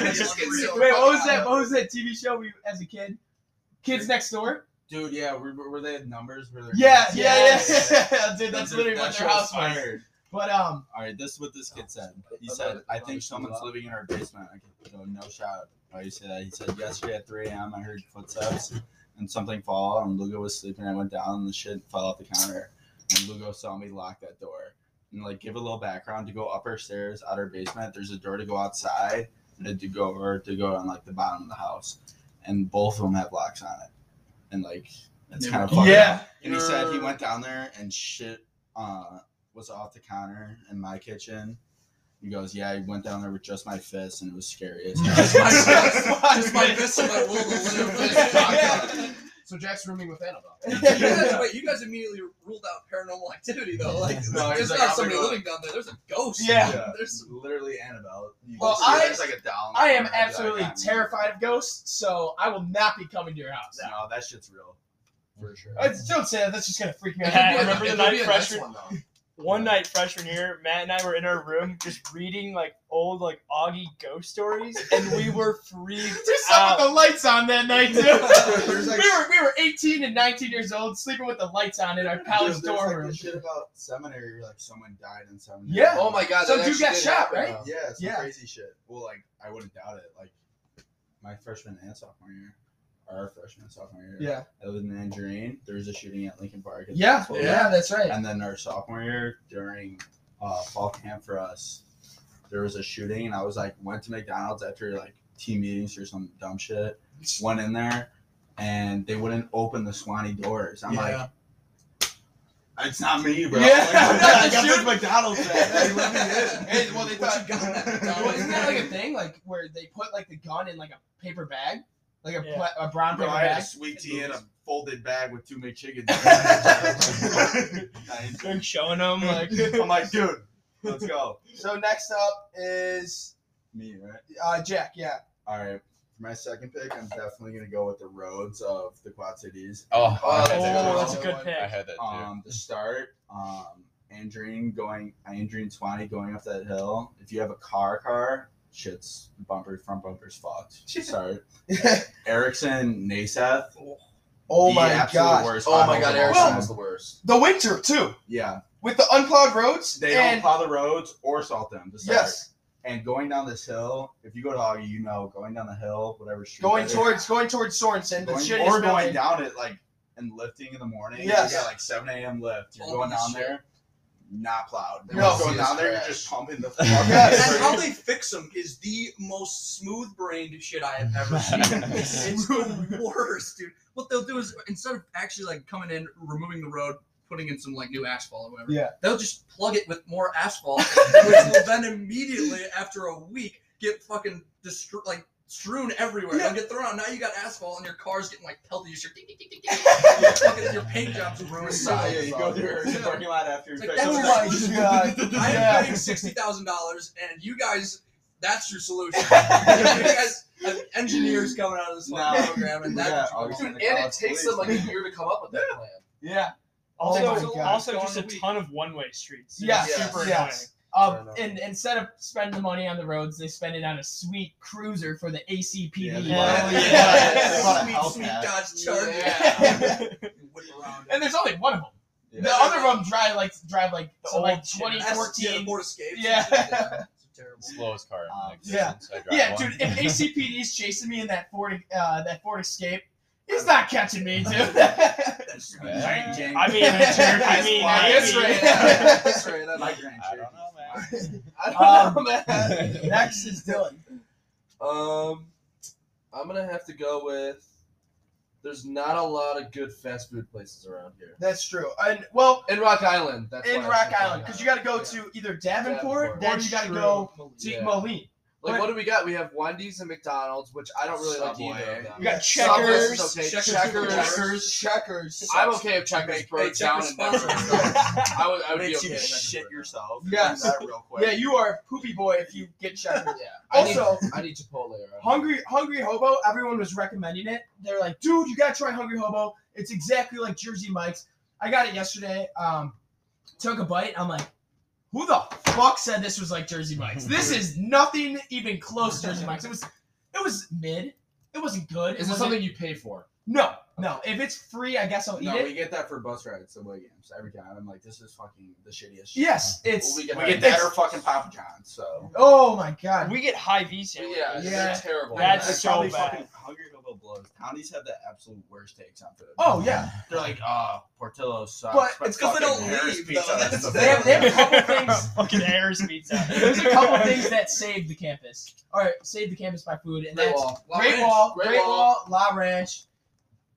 Speaker 1: Wait,
Speaker 5: house.
Speaker 2: Just gets so
Speaker 1: what was
Speaker 2: fucking
Speaker 1: that?
Speaker 2: high.
Speaker 1: What was that TV show we as a kid? Kids Next Door.
Speaker 4: Dude, yeah, were, were they had numbers? Were there
Speaker 1: Yeah, yeah,
Speaker 4: Yes.
Speaker 1: yeah, dude. That's literally what their
Speaker 4: show's
Speaker 1: house was.
Speaker 4: fired.
Speaker 1: But um,
Speaker 4: All right, this is what this kid said. He said, "I think someone's living in our basement." I could go, "No shot." Why you say that? He said, "Yesterday at 3 a.m., I heard footsteps and something fall, and Lugo was sleeping. I went down, and the shit fell off the counter, and Lugo saw me lock that door." And like, give a little background to go up our stairs, out our basement. There's a door to go outside, and a to go over to go on like the bottom of the house, and both of them have locks on it, and like. It's kind of fucked up.
Speaker 1: yeah,
Speaker 4: And he said he went down there and shit uh, was off the counter in my kitchen. He goes, Yeah, I went down there with just my fist and it was scary. as hell."
Speaker 2: Just my
Speaker 1: Just my
Speaker 2: fist. Just my
Speaker 1: fist.
Speaker 2: fist and my will to
Speaker 1: Yeah.
Speaker 2: live.
Speaker 5: So Jack's rooming with Annabelle.
Speaker 2: You guys, wait, you guys immediately ruled out paranormal activity though. Like,
Speaker 4: No, he's
Speaker 2: there's
Speaker 4: like,
Speaker 2: not
Speaker 4: I'm
Speaker 2: somebody
Speaker 4: gonna-
Speaker 2: living down there. There's a ghost.
Speaker 1: Yeah.
Speaker 2: There's
Speaker 4: literally Annabelle. You
Speaker 1: Well,
Speaker 4: can see
Speaker 1: I-
Speaker 4: there's like a doll.
Speaker 1: I am
Speaker 4: Like,
Speaker 1: absolutely
Speaker 4: I-
Speaker 1: terrified of ghosts, so I will not be coming to your house.
Speaker 4: No, that shit's real. For sure.
Speaker 1: I don't say that. That's just gonna freak me out.
Speaker 3: Yeah, I remember the
Speaker 5: It'll
Speaker 3: night
Speaker 5: be a nice
Speaker 3: freshman-
Speaker 5: one, though.
Speaker 3: One night freshman year, Matt and I were in our room just reading like old like Augie ghost stories, and we were freaked
Speaker 1: Just up
Speaker 3: out.
Speaker 4: Uh,
Speaker 1: with the lights on that night too.
Speaker 4: There's like-
Speaker 1: we were we were 18 and 19 years old, sleeping with the lights on in our college
Speaker 4: Dude, there's
Speaker 1: dorm
Speaker 4: like
Speaker 1: room.
Speaker 4: this shit about seminary where like someone died in seminary.
Speaker 1: Yeah.
Speaker 5: Oh my god.
Speaker 1: So
Speaker 5: that
Speaker 1: dude
Speaker 5: actually
Speaker 1: got
Speaker 5: did
Speaker 1: shot,
Speaker 5: happen,
Speaker 1: right?
Speaker 5: though.
Speaker 4: Yeah, it's
Speaker 1: Yeah.
Speaker 4: crazy shit. Well, like I wouldn't doubt it. Like my freshman and sophomore year, or our freshman and sophomore year.
Speaker 1: Yeah.
Speaker 4: I lived in Mandarin. There was a shooting at Lincoln Park. at
Speaker 1: Yeah,
Speaker 4: the
Speaker 1: yeah,
Speaker 4: school.
Speaker 1: that's right.
Speaker 4: And then our sophomore year during uh, fall camp for us, there was a shooting, and I was like, went to McDonald's after like team meetings or some dumb shit. Went in there, and they wouldn't open the Swanee doors. I'm like. It's not me, bro.
Speaker 1: Yeah.
Speaker 4: Like, I got
Speaker 1: Shoot.
Speaker 4: this McDonald's bag. They let me in.
Speaker 1: Hey, well, they thought-
Speaker 4: McDonald's?
Speaker 1: Well, isn't that like a thing, like where they put like the gun in like a paper bag, like a,
Speaker 3: Yeah.
Speaker 1: pla- a brown
Speaker 4: Bro,
Speaker 1: paper
Speaker 4: I had
Speaker 1: bag?
Speaker 4: a sweet tea in a folded bag with two McChickens.
Speaker 3: They're showing them like
Speaker 4: I'm like, dude, let's go.
Speaker 1: So next up is
Speaker 4: Me, right?
Speaker 1: uh, Jack. Yeah,
Speaker 4: All right. For my second pick, I'm definitely gonna go with the roads of the Quad Cities.
Speaker 10: Oh,
Speaker 1: Oh,
Speaker 3: Oh, that's
Speaker 10: I
Speaker 3: a good pick.
Speaker 10: had that too.
Speaker 4: Um, the start, um, Andrine going, Andrine Swanee going up that hill. If you have a car, car, shit's bumper, front bumper's fucked. Sorry. Erickson, Naseth.
Speaker 1: Oh
Speaker 4: the
Speaker 1: my
Speaker 4: absolute
Speaker 1: gosh.
Speaker 4: worst
Speaker 5: Oh
Speaker 4: potholes
Speaker 5: my god,
Speaker 4: of
Speaker 1: Erickson
Speaker 4: all
Speaker 5: Erickson
Speaker 4: time.
Speaker 5: was the worst.
Speaker 1: the winter too,
Speaker 4: Yeah,
Speaker 1: with the unplowed roads
Speaker 4: they don't
Speaker 1: and
Speaker 4: plow the roads or salt them. to start.
Speaker 1: yes,
Speaker 4: and going down this hill, if you go to Augie, you know, going down the hill, whatever street.
Speaker 1: going
Speaker 4: that is,
Speaker 1: towards going towards Sorensen, the
Speaker 4: going,
Speaker 1: shittiest
Speaker 4: or going
Speaker 1: mountain.
Speaker 4: down it like and lifting in the morning.
Speaker 1: Yes.
Speaker 4: You got like seven a.m. lift. You're
Speaker 2: Holy
Speaker 4: going down
Speaker 2: shit.
Speaker 4: there, not plowed.
Speaker 1: No.
Speaker 4: You're just going
Speaker 5: Jesus
Speaker 4: down there, you're
Speaker 5: Christ.
Speaker 4: just pumping the.
Speaker 1: Yes.
Speaker 2: And how they fix them is the most smooth-brained shit I have ever seen. it's the worst, dude. What they'll do is instead of actually like coming in, removing the road, putting in some like new asphalt or whatever.
Speaker 4: Yeah.
Speaker 2: They'll just plug it with more asphalt, which will then immediately after a week get fucking destroyed, like strewn everywhere. They'll get thrown out. Now you got asphalt and your car's getting like pelted. You should your fucking your paint job's ruined.
Speaker 4: Yeah, you go through the
Speaker 2: Yeah.
Speaker 4: parking lot after you
Speaker 2: It's like,
Speaker 4: fix
Speaker 2: that's
Speaker 4: it.
Speaker 1: oh
Speaker 2: like- I am
Speaker 4: Yeah.
Speaker 2: paying sixty thousand dollars, and you guys, that's your solution. you guys have engineers coming out of this fucking
Speaker 4: No.
Speaker 2: program, and
Speaker 4: Yeah,
Speaker 2: that's what
Speaker 4: I'll
Speaker 2: you're
Speaker 4: just-
Speaker 2: doing.
Speaker 5: and it takes them like a year to come up with that plan.
Speaker 4: Yeah.
Speaker 3: Oh
Speaker 1: Also,
Speaker 4: my God.
Speaker 1: also
Speaker 2: Gone
Speaker 1: just a
Speaker 2: in a week.
Speaker 1: ton of one-way streets. It's
Speaker 3: Yes,
Speaker 1: super
Speaker 3: yes.
Speaker 4: Fair
Speaker 3: Um,
Speaker 4: enough.
Speaker 3: and instead of spending the money on the roads, they spend it on a sweet cruiser for the ACPD.
Speaker 4: Yeah, they
Speaker 1: Hell
Speaker 4: bought-
Speaker 1: yeah.
Speaker 4: they bought a
Speaker 2: Sweet,
Speaker 4: house
Speaker 2: sweet
Speaker 4: hat.
Speaker 2: Dodge Charger.
Speaker 3: Yeah.
Speaker 2: You whip around.
Speaker 3: And there's only one of them.
Speaker 4: Yeah.
Speaker 3: The other one drive like drive like
Speaker 1: The
Speaker 3: so like
Speaker 1: old shit.
Speaker 2: That's- yeah,
Speaker 3: 2014.
Speaker 2: more escapes.
Speaker 3: Yeah.
Speaker 2: It's terrible.
Speaker 10: Slowest car.
Speaker 4: Um,
Speaker 10: In
Speaker 3: yeah.
Speaker 10: existence. I drive
Speaker 3: Yeah,
Speaker 10: one.
Speaker 3: dude. If ACPD's chasing me in that Ford uh, that Ford Escape, he's not catching me, dude. yeah,
Speaker 2: That's just
Speaker 10: Yeah.
Speaker 2: giant
Speaker 1: annoying.
Speaker 2: jank.
Speaker 1: I mean, I mean,
Speaker 4: Why?
Speaker 3: that's
Speaker 1: maybe.
Speaker 3: right.
Speaker 4: That's right. I like Grand
Speaker 10: I
Speaker 4: Cherokee.
Speaker 10: don't know, man.
Speaker 4: I don't know, man.
Speaker 3: Next is Dylan.
Speaker 5: Um, I'm gonna have to go with. There's not a lot of good fast food places around here.
Speaker 3: That's true. And well,
Speaker 5: In Rock Island, that's
Speaker 3: in
Speaker 5: why I
Speaker 3: Rock
Speaker 5: said Rock
Speaker 3: Island, because you got to go to either Davenport,
Speaker 5: Davenport.
Speaker 3: or
Speaker 1: That's
Speaker 3: you got to
Speaker 1: true.
Speaker 3: go to
Speaker 5: Yeah.
Speaker 3: Moline.
Speaker 5: Like, what do we got? We have Wendy's and McDonald's, which I don't really like
Speaker 4: Subway.
Speaker 5: either of them.
Speaker 1: We got
Speaker 5: Subway's
Speaker 1: checkers.
Speaker 5: is okay.
Speaker 2: Checkers.
Speaker 5: Checkers.
Speaker 2: Checkers.
Speaker 5: Checkers. I'm okay if Checkers
Speaker 2: Hey,
Speaker 5: broke
Speaker 2: Checkers
Speaker 5: down and never
Speaker 2: sponsor us.
Speaker 5: stopped. I would, I would be
Speaker 4: Makes
Speaker 5: okay.
Speaker 4: you
Speaker 5: if Checkers
Speaker 4: shit
Speaker 5: broke down.
Speaker 4: yourself.
Speaker 3: Yes.
Speaker 4: That real quick.
Speaker 3: Yeah, you are a poopy boy if you get Checkers.
Speaker 5: Yeah. I need-
Speaker 3: also,
Speaker 5: I need Chipotle. Right?
Speaker 3: Hungry Hungry Hobo, everyone was recommending it. They're like, dude, you gotta try Hungry Hobo. It's exactly like Jersey Mike's. I got it yesterday. Um, took a bite. I'm like, who the fuck said this was like Jersey Mike's? This is nothing even close to Jersey Mike's. It was, it was mid. It wasn't good. It
Speaker 5: Is this
Speaker 3: wasn't-
Speaker 5: something you pay for?
Speaker 3: No, no. If it's free, I guess I'll eat
Speaker 4: No, we
Speaker 3: it.
Speaker 4: get that for bus rides, Subway games every time. I'm like, this is fucking the shittiest. shit.
Speaker 3: Yes,
Speaker 4: Well,
Speaker 3: it's.
Speaker 4: we get,
Speaker 1: We get
Speaker 4: that
Speaker 1: this.
Speaker 4: or fucking Papa John's. So
Speaker 3: oh my god.
Speaker 1: We get high V sandwiches.
Speaker 5: Yeah,
Speaker 3: Yeah.
Speaker 5: they're terrible.
Speaker 1: That's
Speaker 4: It's
Speaker 1: so
Speaker 4: probably
Speaker 1: bad.
Speaker 4: Fucking Hungry Hobo blows. Counties have the absolute worst takes on food.
Speaker 3: Oh yeah.
Speaker 4: They're like, oh, Portillo sucks.
Speaker 3: But
Speaker 2: it's 'cause they
Speaker 4: fucking
Speaker 2: don't
Speaker 4: Harris
Speaker 2: leave,
Speaker 4: Pizza
Speaker 2: though.
Speaker 4: is
Speaker 2: That's-
Speaker 4: the
Speaker 2: they
Speaker 4: best.
Speaker 3: have- they have a couple things-
Speaker 1: Fucking Harris pizza.
Speaker 3: There's a couple things that saved the campus. All right, saved the campus by food, and that's
Speaker 2: La
Speaker 3: Great
Speaker 2: Ranch.
Speaker 3: Wall,
Speaker 5: Great
Speaker 3: Great, Wall, La Ranch.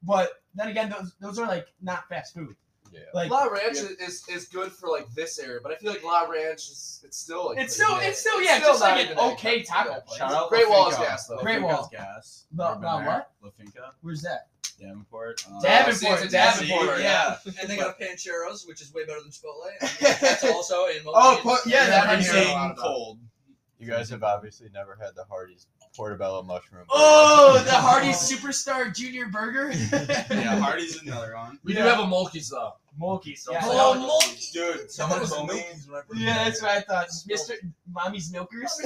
Speaker 3: But then again, those those are like not fast food.
Speaker 10: Yeah.
Speaker 3: Like
Speaker 5: La Ranch is, is good for like this area, but I feel like La Ranch is it's still like
Speaker 3: it's
Speaker 5: pretty
Speaker 3: still
Speaker 5: good.
Speaker 3: it's still yeah,
Speaker 5: still
Speaker 3: just
Speaker 5: not
Speaker 3: like an
Speaker 5: even that
Speaker 3: okay
Speaker 5: good.
Speaker 3: taco
Speaker 5: Yeah.
Speaker 3: place.
Speaker 4: Shout out
Speaker 5: Great
Speaker 4: La
Speaker 5: Wall is
Speaker 4: Finca.
Speaker 5: gas, though.
Speaker 4: La
Speaker 3: Great
Speaker 4: Finca's
Speaker 3: Wall.
Speaker 4: gas.
Speaker 3: La-
Speaker 4: Urban
Speaker 3: La
Speaker 4: Air,
Speaker 3: what?
Speaker 4: La Finca,
Speaker 3: Where's that?
Speaker 4: Davenport. uh,
Speaker 3: Davenport,
Speaker 5: see, it's a
Speaker 3: Davenport.
Speaker 5: Davenport,
Speaker 3: Yeah.
Speaker 2: And they got Pancheros, which is way better than Chipotle. And that's also in Moline.
Speaker 3: Oh, but- yeah,
Speaker 2: I've
Speaker 3: that
Speaker 2: been
Speaker 3: makes
Speaker 2: hearing
Speaker 3: sense.
Speaker 2: a lot about it.
Speaker 4: cold.
Speaker 10: You guys have obviously never had the Hardee's portobello mushroom.
Speaker 3: Oh, the Hardy Superstar Junior Burger.
Speaker 4: Yeah, Hardy's another one.
Speaker 5: We do
Speaker 3: Yeah.
Speaker 5: have a Mulkey's though.
Speaker 3: Mulkey's. Yeah,
Speaker 2: Oh,
Speaker 3: that was-
Speaker 2: Mulkey. Someone
Speaker 4: Dude, someone
Speaker 2: was
Speaker 4: told me.
Speaker 2: Milky's when I first
Speaker 3: yeah,
Speaker 2: met
Speaker 3: that's
Speaker 2: her.
Speaker 3: what I thought. Mister Mommy's Milkers.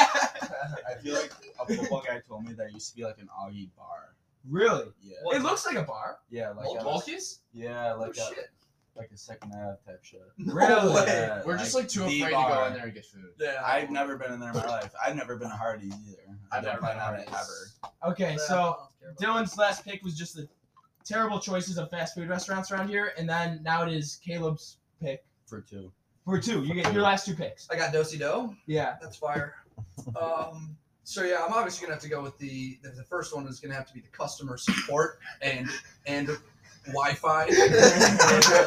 Speaker 4: I feel like a football guy told me that used to be like an Augie bar.
Speaker 3: really?
Speaker 4: Yeah.
Speaker 3: It looks like a bar.
Speaker 4: Yeah, like a,
Speaker 5: Mulkey's?
Speaker 4: yeah,
Speaker 2: Oh,
Speaker 4: like a
Speaker 2: shit.
Speaker 4: like a second half type shit.
Speaker 3: Really?
Speaker 2: way.
Speaker 4: Yeah,
Speaker 5: We're just like too
Speaker 4: the
Speaker 5: afraid to go
Speaker 4: bar.
Speaker 5: in there and get food.
Speaker 2: Yeah.
Speaker 4: I've never been in there in my life. I've never been to Hardee's either.
Speaker 5: I've never
Speaker 4: Definitely
Speaker 5: been to Hardee's.
Speaker 4: not ever.
Speaker 3: Okay,
Speaker 2: Yeah,
Speaker 3: so
Speaker 2: I don't care about
Speaker 3: Dylan's last pick was just the terrible choices of fast food restaurants around here, and then now it is Caleb's pick
Speaker 4: For two.
Speaker 3: for two. You get your last two picks.
Speaker 2: that. I got Dosey Doe.
Speaker 3: Yeah.
Speaker 2: That's fire. Um, so yeah, I'm obviously gonna have to go with the the, the first one is gonna have to be the customer support and and Wi-Fi, And, uh,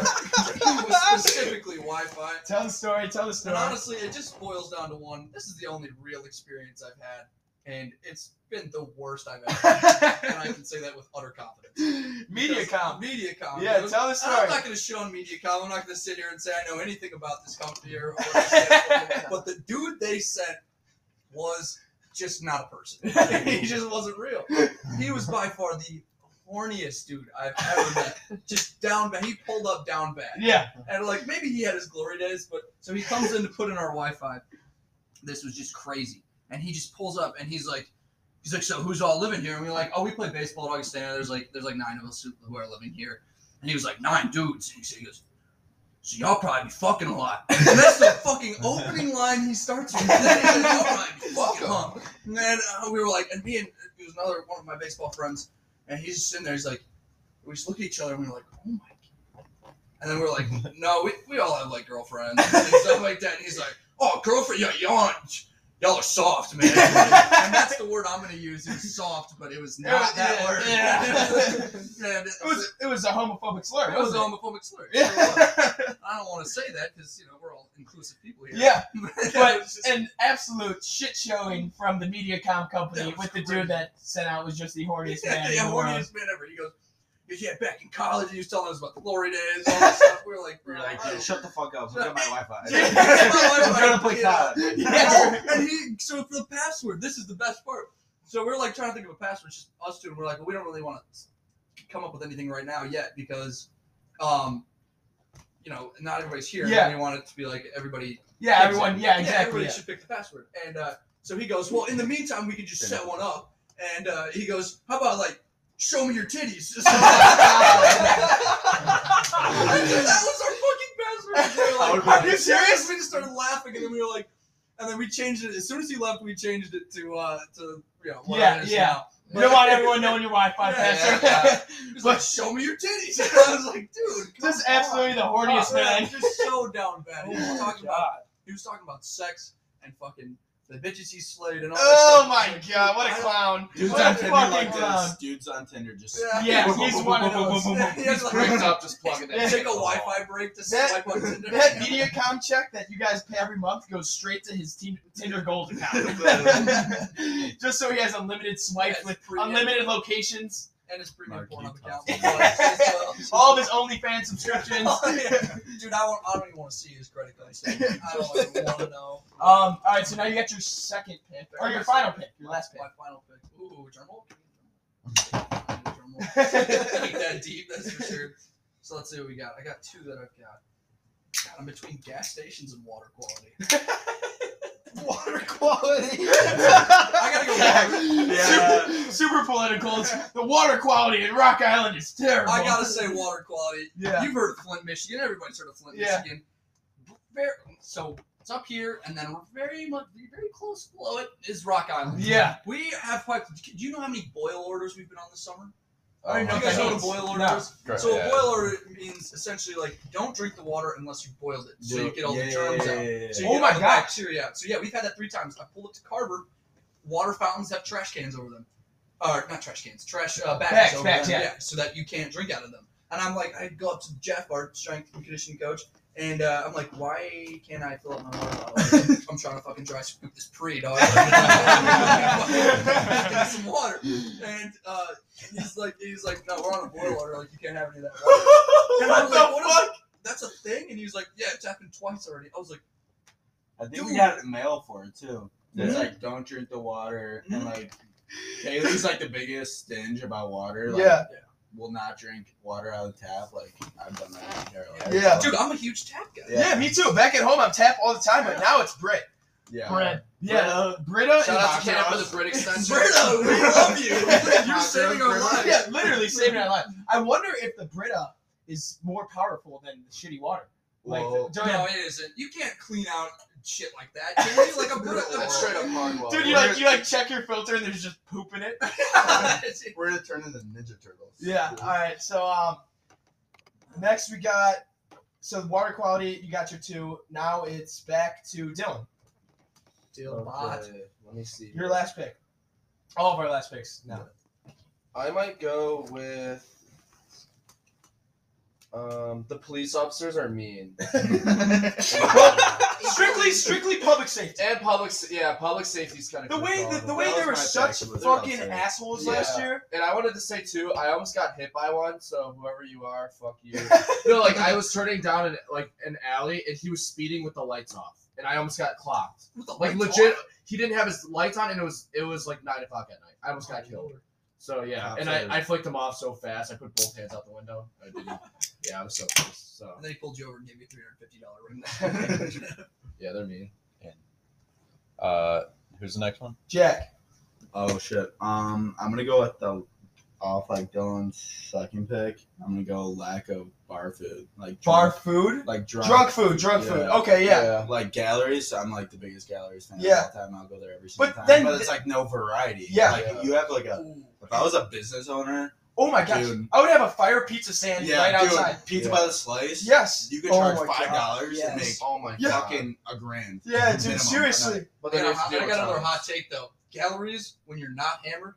Speaker 2: specifically Wi-Fi.
Speaker 3: Tell the story. Tell the story.
Speaker 2: And honestly, it just boils down to one. This is the only real experience I've had, and it's been the worst I've ever. had. and I can say that with utter confidence.
Speaker 3: MediaCom.
Speaker 2: MediaCom.
Speaker 3: Yeah,
Speaker 2: dude.
Speaker 3: tell the
Speaker 2: I'm
Speaker 3: story.
Speaker 2: not going to show on MediaCom. I'm not going to sit here and say I know anything about this company or. or this company. but the dude they sent was just not a person. he just wasn't real. He was by far the horniest dude I've ever met. Just down bad. He pulled up down bad.
Speaker 3: Yeah.
Speaker 2: And like maybe he had his glory days, but so he comes in to put in our Wi-Fi. This was just crazy, and he just pulls up and he's like, he's like, so who's all living here? And we're like, oh, we play baseball at Augustana. There's like there's like nine of us who- who are living here, and he was like nine dudes, and he said- he goes. So y'all probably be fucking a lot. And that's the fucking opening line he starts with. And then he said, y'all probably be fucking, huh? And then uh, we were like, and me and it was another one of my baseball friends, and he's just sitting there. He's like, we just look at each other and we're like, oh my and then we're like, no, we, we all have like girlfriends and stuff like that. And he's like, oh, girlfriend, yeah, yawn. y'all are soft, man. and that's the word I'm gonna use is soft, but it was not
Speaker 3: was-
Speaker 2: that
Speaker 3: yeah,
Speaker 2: word.
Speaker 3: yeah.
Speaker 2: Yeah,
Speaker 3: It was it was a homophobic slur.
Speaker 2: it was a
Speaker 3: wasn't
Speaker 2: homophobic slur.
Speaker 3: it? Yeah.
Speaker 2: I don't want to say that because you know we're all inclusive people here.
Speaker 3: yeah.
Speaker 2: but,
Speaker 3: But an absolute shit showing from the MediaCom company
Speaker 2: That was
Speaker 3: with the
Speaker 2: crazy.
Speaker 3: dude that sent out was just the horniest
Speaker 2: yeah,
Speaker 3: man
Speaker 2: yeah,
Speaker 3: in the world.
Speaker 2: horniest man ever. He goes, yeah, back in college, he was telling us about the glory days, all that stuff. We were like, bro,
Speaker 4: You're like,
Speaker 2: I
Speaker 4: yeah,
Speaker 2: don't-
Speaker 4: shut the fuck up. Look at my Wi-Fi.
Speaker 2: Yeah, my
Speaker 4: I'm
Speaker 2: Wi-Fi.
Speaker 4: trying to play
Speaker 2: Yeah.
Speaker 4: COD.
Speaker 3: Yeah.
Speaker 2: and he so for the password, this is the best part. So we're like trying to think of a password, it's just us two, and we're like, well, we don't really want to come up with anything right now yet because, um, you know, not everybody's here. and
Speaker 3: Yeah.
Speaker 2: we want it to be like everybody.
Speaker 3: Yeah, everyone. Yeah,
Speaker 2: everybody
Speaker 3: exactly.
Speaker 2: should pick the password. And uh, so he goes, well, in the meantime, we could just set one up. And uh, he goes, how about like, show me your titties. So, that was our fucking password. We were like,
Speaker 3: Are you
Speaker 2: serious? We just started laughing, and then we were like, and then we changed it. As soon as he left, we changed it to uh to you know what
Speaker 3: Yeah,
Speaker 2: it is
Speaker 3: yeah.
Speaker 2: now.
Speaker 3: We don't want everyone knowing your Wi-Fi
Speaker 2: Yeah,
Speaker 3: password.
Speaker 2: yeah, He's like,
Speaker 3: But-
Speaker 2: show me your titties. And I was like, dude, come
Speaker 3: This is absolutely the
Speaker 2: on. Oh,
Speaker 3: horniest
Speaker 2: Yeah,
Speaker 3: man.
Speaker 2: Just so down bad. He
Speaker 11: Oh
Speaker 2: was
Speaker 11: my
Speaker 2: talking
Speaker 11: God.
Speaker 2: about he was talking about sex and fucking the bitches he slayed and all.
Speaker 3: Oh
Speaker 2: that
Speaker 3: my
Speaker 2: stuff.
Speaker 3: god, what
Speaker 2: I
Speaker 3: a
Speaker 2: don't-
Speaker 3: clown!
Speaker 4: Dudes
Speaker 3: What a
Speaker 4: on Tinder
Speaker 3: fucking
Speaker 4: like this.
Speaker 3: clown!
Speaker 4: Dudes on Tinder just.
Speaker 2: Yeah.
Speaker 3: Yeah, he's one of those.
Speaker 2: Yeah, he's like,
Speaker 5: Ripped up, just plugging that
Speaker 2: Take
Speaker 5: shit
Speaker 2: a
Speaker 5: in the wall.
Speaker 2: Wi-Fi break to
Speaker 3: That-
Speaker 2: swipe on Tinder.
Speaker 3: That MediaCom check that you guys pay every month goes straight to his Tin- Tinder Gold account, just so he has unlimited swipes
Speaker 2: That's
Speaker 3: with
Speaker 2: pretty-
Speaker 3: unlimited locations,
Speaker 2: and his premium
Speaker 4: Mark,
Speaker 2: porn
Speaker 4: you
Speaker 2: on the Oh,
Speaker 4: talk.
Speaker 2: couch.
Speaker 3: all of his OnlyFans subscriptions.
Speaker 2: Oh, yeah. Dude, I, want, I don't even want to see his credit card. statement. I don't even want to know.
Speaker 3: Um. All right, so now you got your second pick or your final pick, your last pick.
Speaker 2: My final pick. Ooh, Dremel. Dremel. Ain't that deep, that's for sure. So let's see what we got. I got two that I've got. God, I'm between gas stations and water quality.
Speaker 4: Water quality.
Speaker 2: I gotta go water.
Speaker 3: Super, super political. It's- The water quality in Rock Island is terrible.
Speaker 2: I gotta say water quality.
Speaker 3: Yeah.
Speaker 2: You've heard of Flint, Michigan. Everybody's heard of Flint,
Speaker 3: Yeah.
Speaker 2: Michigan. Very, so it's up here, and then very much, very close below it is Rock Island.
Speaker 3: Yeah.
Speaker 2: We have quite. Do you know how many boil orders we've been on this summer?
Speaker 4: Oh
Speaker 2: I don't know.
Speaker 4: my
Speaker 2: You guys know what a
Speaker 3: God.
Speaker 2: boil order
Speaker 3: No.
Speaker 2: is?
Speaker 4: Great.
Speaker 2: So
Speaker 4: Yeah.
Speaker 2: a boil order means essentially like don't drink the water unless you boiled it, so you get all the germs out. So you
Speaker 3: Oh
Speaker 2: get
Speaker 3: my
Speaker 2: all the
Speaker 3: God.
Speaker 2: bacteria out. So yeah, we've had that three times. I pulled up to Carver. Water fountains have trash cans over them, or not trash cans, trash uh, bags,
Speaker 3: Bags,
Speaker 2: over
Speaker 3: bags,
Speaker 2: them.
Speaker 3: yeah.
Speaker 2: so that you can't drink out of them. And I'm like, I go up to Jeff, our strength and conditioning coach, and uh, I'm like, why can't I fill up my water bottle? I'm trying to fucking dry scoop this pre, dog. Give me some water. And uh, he's like, he's like, no, we're on a boil order. Like, you can't have any of that water. And I'm
Speaker 3: what
Speaker 2: like,
Speaker 3: the
Speaker 2: what
Speaker 3: fuck?
Speaker 2: is- that's a thing? And he's like, yeah, it's happened twice already. I was like,
Speaker 4: I think we
Speaker 2: Dude.
Speaker 4: got mail for it too. It's
Speaker 2: Mhm.
Speaker 4: like don't drink the water
Speaker 2: Mhm.
Speaker 4: and like Kaylee's like the biggest stinge about water. Like,
Speaker 3: Yeah.
Speaker 4: Will not drink water out of the tap. Like I've done that. my entire life.
Speaker 3: Yeah.
Speaker 2: dude, I'm a huge tap guy.
Speaker 4: Yeah.
Speaker 3: Yeah, me too. Back at home, I'm tap all the time, but now it's Brit.
Speaker 4: Yeah.
Speaker 11: Brett.
Speaker 3: Yeah, Brita
Speaker 5: Shout out to
Speaker 3: and
Speaker 5: Ken for the Brit extension.
Speaker 2: Brito, we love you. You're
Speaker 5: Hot
Speaker 2: saving our
Speaker 5: girl,
Speaker 2: lives.
Speaker 3: Yeah, literally saving our life. I wonder if the Brita is more powerful than the shitty water. Like
Speaker 4: Well,
Speaker 3: during
Speaker 2: No, it isn't. You can't clean out shit like that. Can you? Like a Brito.
Speaker 5: That's straight up hard water.
Speaker 3: Dude, you like you like check your filter and there's just poop in it.
Speaker 4: We're gonna turn into Ninja Turtles.
Speaker 3: Yeah. All right. So um, next we got so water quality. You got your two. Now it's back to Dylan.
Speaker 2: Deal bot.
Speaker 5: Okay, let me see.
Speaker 3: Your last pick. All of our last picks. No.
Speaker 5: I might go with. Um, the police officers are mean.
Speaker 3: strictly, strictly public safety.
Speaker 5: And public, s- yeah, public safety's kind of
Speaker 3: The way the, the way they were such fucking assholes last
Speaker 5: Yeah.
Speaker 3: year.
Speaker 5: And I wanted to say too, I almost got hit by one. So whoever you are, fuck you. no, like I was turning down an, like an alley, and he was speeding with the lights off, and I almost got clocked. Like legit, he didn't have his lights on, and it was it was like nine o'clock at night. I almost got killed. So yeah, and I, I flicked him off so fast, I put both hands out the window. I didn't. Yeah, I was so pissed. So
Speaker 2: And then he pulled you over and gave you three hundred fifty dollar ring.
Speaker 5: yeah, they're mean.
Speaker 10: Uh, who's the next one?
Speaker 3: Jack.
Speaker 4: Oh shit. Um, I'm gonna go with the off like Dylan's second pick. I'm gonna go lack of bar food, like
Speaker 3: Bar
Speaker 4: drunk-
Speaker 3: food.
Speaker 4: like drunk,
Speaker 3: Drunk food. Drunk food.
Speaker 4: Yeah.
Speaker 3: Okay. Yeah.
Speaker 4: Like galleries, I'm like the biggest galleries fan
Speaker 3: Yeah.
Speaker 4: of all time. I'll go there every single
Speaker 3: But
Speaker 4: time.
Speaker 3: then-
Speaker 4: but it's like no variety.
Speaker 3: Yeah.
Speaker 4: Like you have like a.
Speaker 2: Ooh.
Speaker 4: If I was a business owner,
Speaker 1: Oh my gosh.
Speaker 4: Dude.
Speaker 1: I would have a fire pizza stand
Speaker 4: Yeah,
Speaker 1: right
Speaker 4: dude,
Speaker 1: outside.
Speaker 4: pizza by the slice.
Speaker 1: Yes.
Speaker 4: You could
Speaker 1: Oh
Speaker 4: charge
Speaker 1: my
Speaker 4: five dollars
Speaker 1: yes.
Speaker 4: and make
Speaker 5: Oh my
Speaker 1: Yeah.
Speaker 5: god.
Speaker 4: fucking a grand.
Speaker 1: Yeah, dude,
Speaker 4: Minimum.
Speaker 1: seriously.
Speaker 5: But
Speaker 2: I
Speaker 5: then
Speaker 2: got,
Speaker 5: you have to do it
Speaker 2: another
Speaker 5: times.
Speaker 2: hot take though. Calories when you're not hammered,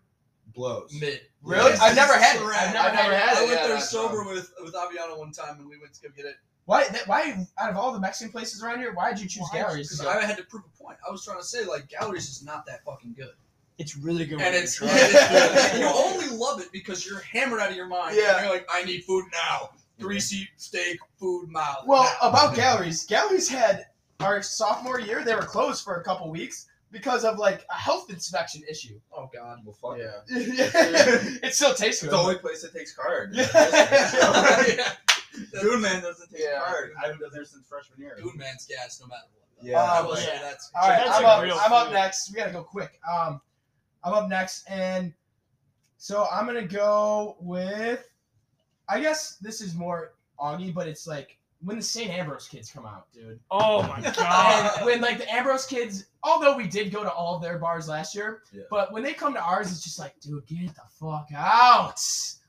Speaker 4: Blows.
Speaker 2: mid.
Speaker 1: Really?
Speaker 4: Yeah.
Speaker 1: I've never had it. I've
Speaker 2: I've
Speaker 1: never had it.
Speaker 5: had it.
Speaker 2: I went
Speaker 5: Yeah,
Speaker 2: there
Speaker 5: that's
Speaker 2: sober with with Aviano one time, and we went to go get it
Speaker 1: Why, that, why, out of all the Mexican places around here, why did you choose galleries?
Speaker 2: because I had to prove a point. I was trying to say like calories is not that fucking good,
Speaker 3: It's really good.
Speaker 2: and it's,
Speaker 1: try it.
Speaker 2: you only love it because you're hammered out of your mind.
Speaker 1: Yeah.
Speaker 2: and you're like, I need food now. Greasy steak, food mouth.
Speaker 1: Well,
Speaker 2: now.
Speaker 1: about galleries, galleries had our sophomore year, they were closed for a couple weeks because of like a health inspection issue.
Speaker 2: oh god, well
Speaker 5: Yeah.
Speaker 1: it still tastes
Speaker 4: It's
Speaker 1: good.
Speaker 4: the only place that takes card.
Speaker 2: uh,
Speaker 1: Yeah.
Speaker 4: Food man doesn't take
Speaker 5: Yeah.
Speaker 4: card. I haven't done there since freshman year.
Speaker 2: Food man's gas, no matter what. though.
Speaker 4: Yeah.
Speaker 2: I will
Speaker 1: Yeah.
Speaker 2: say that's
Speaker 1: All right,
Speaker 3: That's
Speaker 1: I'm
Speaker 3: like
Speaker 1: up.
Speaker 3: real
Speaker 1: I'm up
Speaker 3: food.
Speaker 1: next. We gotta go quick. Um, I'm up next, and so I'm gonna go with. I guess this is more Augie, but it's like when the St. Ambrose kids come out, dude.
Speaker 3: oh my god.
Speaker 1: And when like the Ambrose kids, although we did go to all of their bars last year,
Speaker 4: Yeah.
Speaker 1: but when they come to ours, it's just like, dude, get the fuck out.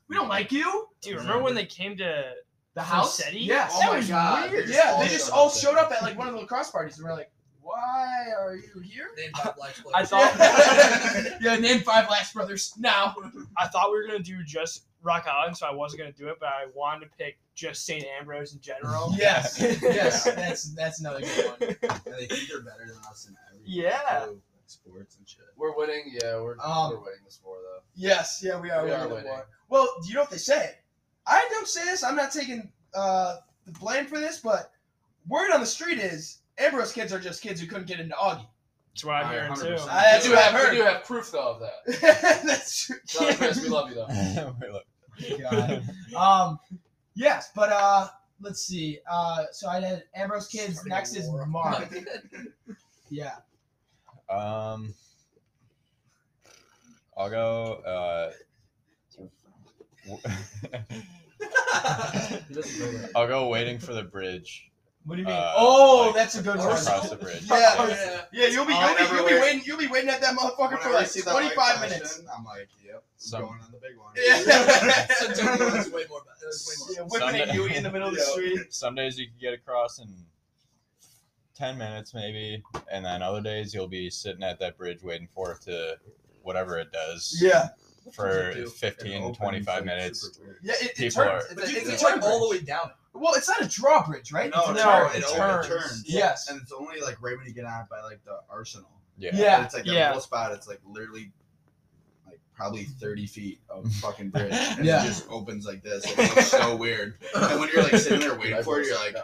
Speaker 1: We don't like you.
Speaker 3: Dude, remember when they came to?
Speaker 1: The house.
Speaker 3: Sansetti?
Speaker 1: Yes.
Speaker 3: Oh
Speaker 1: that
Speaker 3: my
Speaker 1: was
Speaker 4: Ah,
Speaker 5: God.
Speaker 1: weird.
Speaker 5: They just
Speaker 1: Yeah,
Speaker 5: all
Speaker 1: they just
Speaker 5: showed
Speaker 1: all
Speaker 5: up there.
Speaker 1: showed up at like one of the lacrosse parties, and we're like, why are you here?
Speaker 2: name five black players.
Speaker 3: I thought-
Speaker 1: yeah, name five Last Brothers now.
Speaker 3: I thought we were gonna do just Rock Island, so I wasn't gonna do it, but I wanted to pick just St. Ambrose in general.
Speaker 1: Yes, yes, that's that's another good one.
Speaker 4: And they think they're better than us in every
Speaker 3: Yeah.
Speaker 4: too, like sports and shit.
Speaker 5: We're winning. Yeah, we're,
Speaker 1: Um,
Speaker 5: we're winning this war though.
Speaker 1: Yes, yeah, we are.
Speaker 5: We are
Speaker 1: winning the
Speaker 5: winning.
Speaker 1: war. Well, do you know what they say? I don't say this. I'm not taking uh, the blame for this, but word on the street is Ambrose kids are just kids who couldn't get into Augie.
Speaker 3: That's what I'm
Speaker 4: Alright,
Speaker 3: hearing too.
Speaker 4: 100%.
Speaker 1: I- that's
Speaker 5: We
Speaker 1: what I've
Speaker 5: have-
Speaker 1: heard.
Speaker 5: We do have proof though of that.
Speaker 1: that's true.
Speaker 5: Not a Chris, we love you though.
Speaker 1: God. Um, yes, but uh, let's see. Uh, so I had Ambrose kids.
Speaker 2: Starting
Speaker 1: Next
Speaker 2: a
Speaker 1: is
Speaker 2: war.
Speaker 1: Mark. Yeah.
Speaker 10: Um, I'll go. Uh, I'll go waiting for the bridge.
Speaker 1: What do you mean?
Speaker 10: Uh,
Speaker 1: oh,
Speaker 10: like,
Speaker 1: that's a good one.
Speaker 10: across the bridge.
Speaker 1: Yeah.
Speaker 2: yeah.
Speaker 1: Yeah, you'll be
Speaker 4: All
Speaker 1: you'll be, you'll be
Speaker 4: everywhere.
Speaker 1: waiting you'll be waiting at that motherfucker for
Speaker 4: Whenever I
Speaker 1: like
Speaker 4: see that light
Speaker 1: twenty five
Speaker 4: flashing,
Speaker 1: minutes.
Speaker 4: I'm like, yep,
Speaker 10: Some-
Speaker 4: going on the big one.
Speaker 1: Yeah.
Speaker 2: So dude, it's way more. bad. It's way more.
Speaker 1: Yeah, whipping a
Speaker 10: Sunday.
Speaker 1: Huey in the middle of the street.
Speaker 10: Some days you can get across in ten minutes, maybe, and then other days you'll be sitting at that bridge waiting for it to whatever it does
Speaker 1: Yeah.
Speaker 10: for
Speaker 2: Does it do?
Speaker 10: 15, 25 minutes.
Speaker 1: Yeah, it, it
Speaker 10: People
Speaker 1: turns.
Speaker 10: are-
Speaker 1: It's
Speaker 2: But
Speaker 1: a,
Speaker 2: you
Speaker 1: it's a
Speaker 2: can
Speaker 1: turn
Speaker 2: like all
Speaker 1: bridge.
Speaker 2: the way down.
Speaker 1: Well, it's not a drawbridge, right?
Speaker 4: No,
Speaker 1: it's
Speaker 4: it's
Speaker 1: a turn.
Speaker 4: turns. It
Speaker 3: no, it turns.
Speaker 4: overturns.
Speaker 1: Yes.
Speaker 4: And it's only like right when you get out by like the arsenal.
Speaker 10: Yeah.
Speaker 1: Yeah.
Speaker 4: It's like that
Speaker 3: Yeah.
Speaker 4: whole spot. It's like literally, like probably thirty feet of fucking bridge, and
Speaker 1: Yeah.
Speaker 4: it just opens like this. and It's so weird. And when you're like sitting there waiting for it, you're like,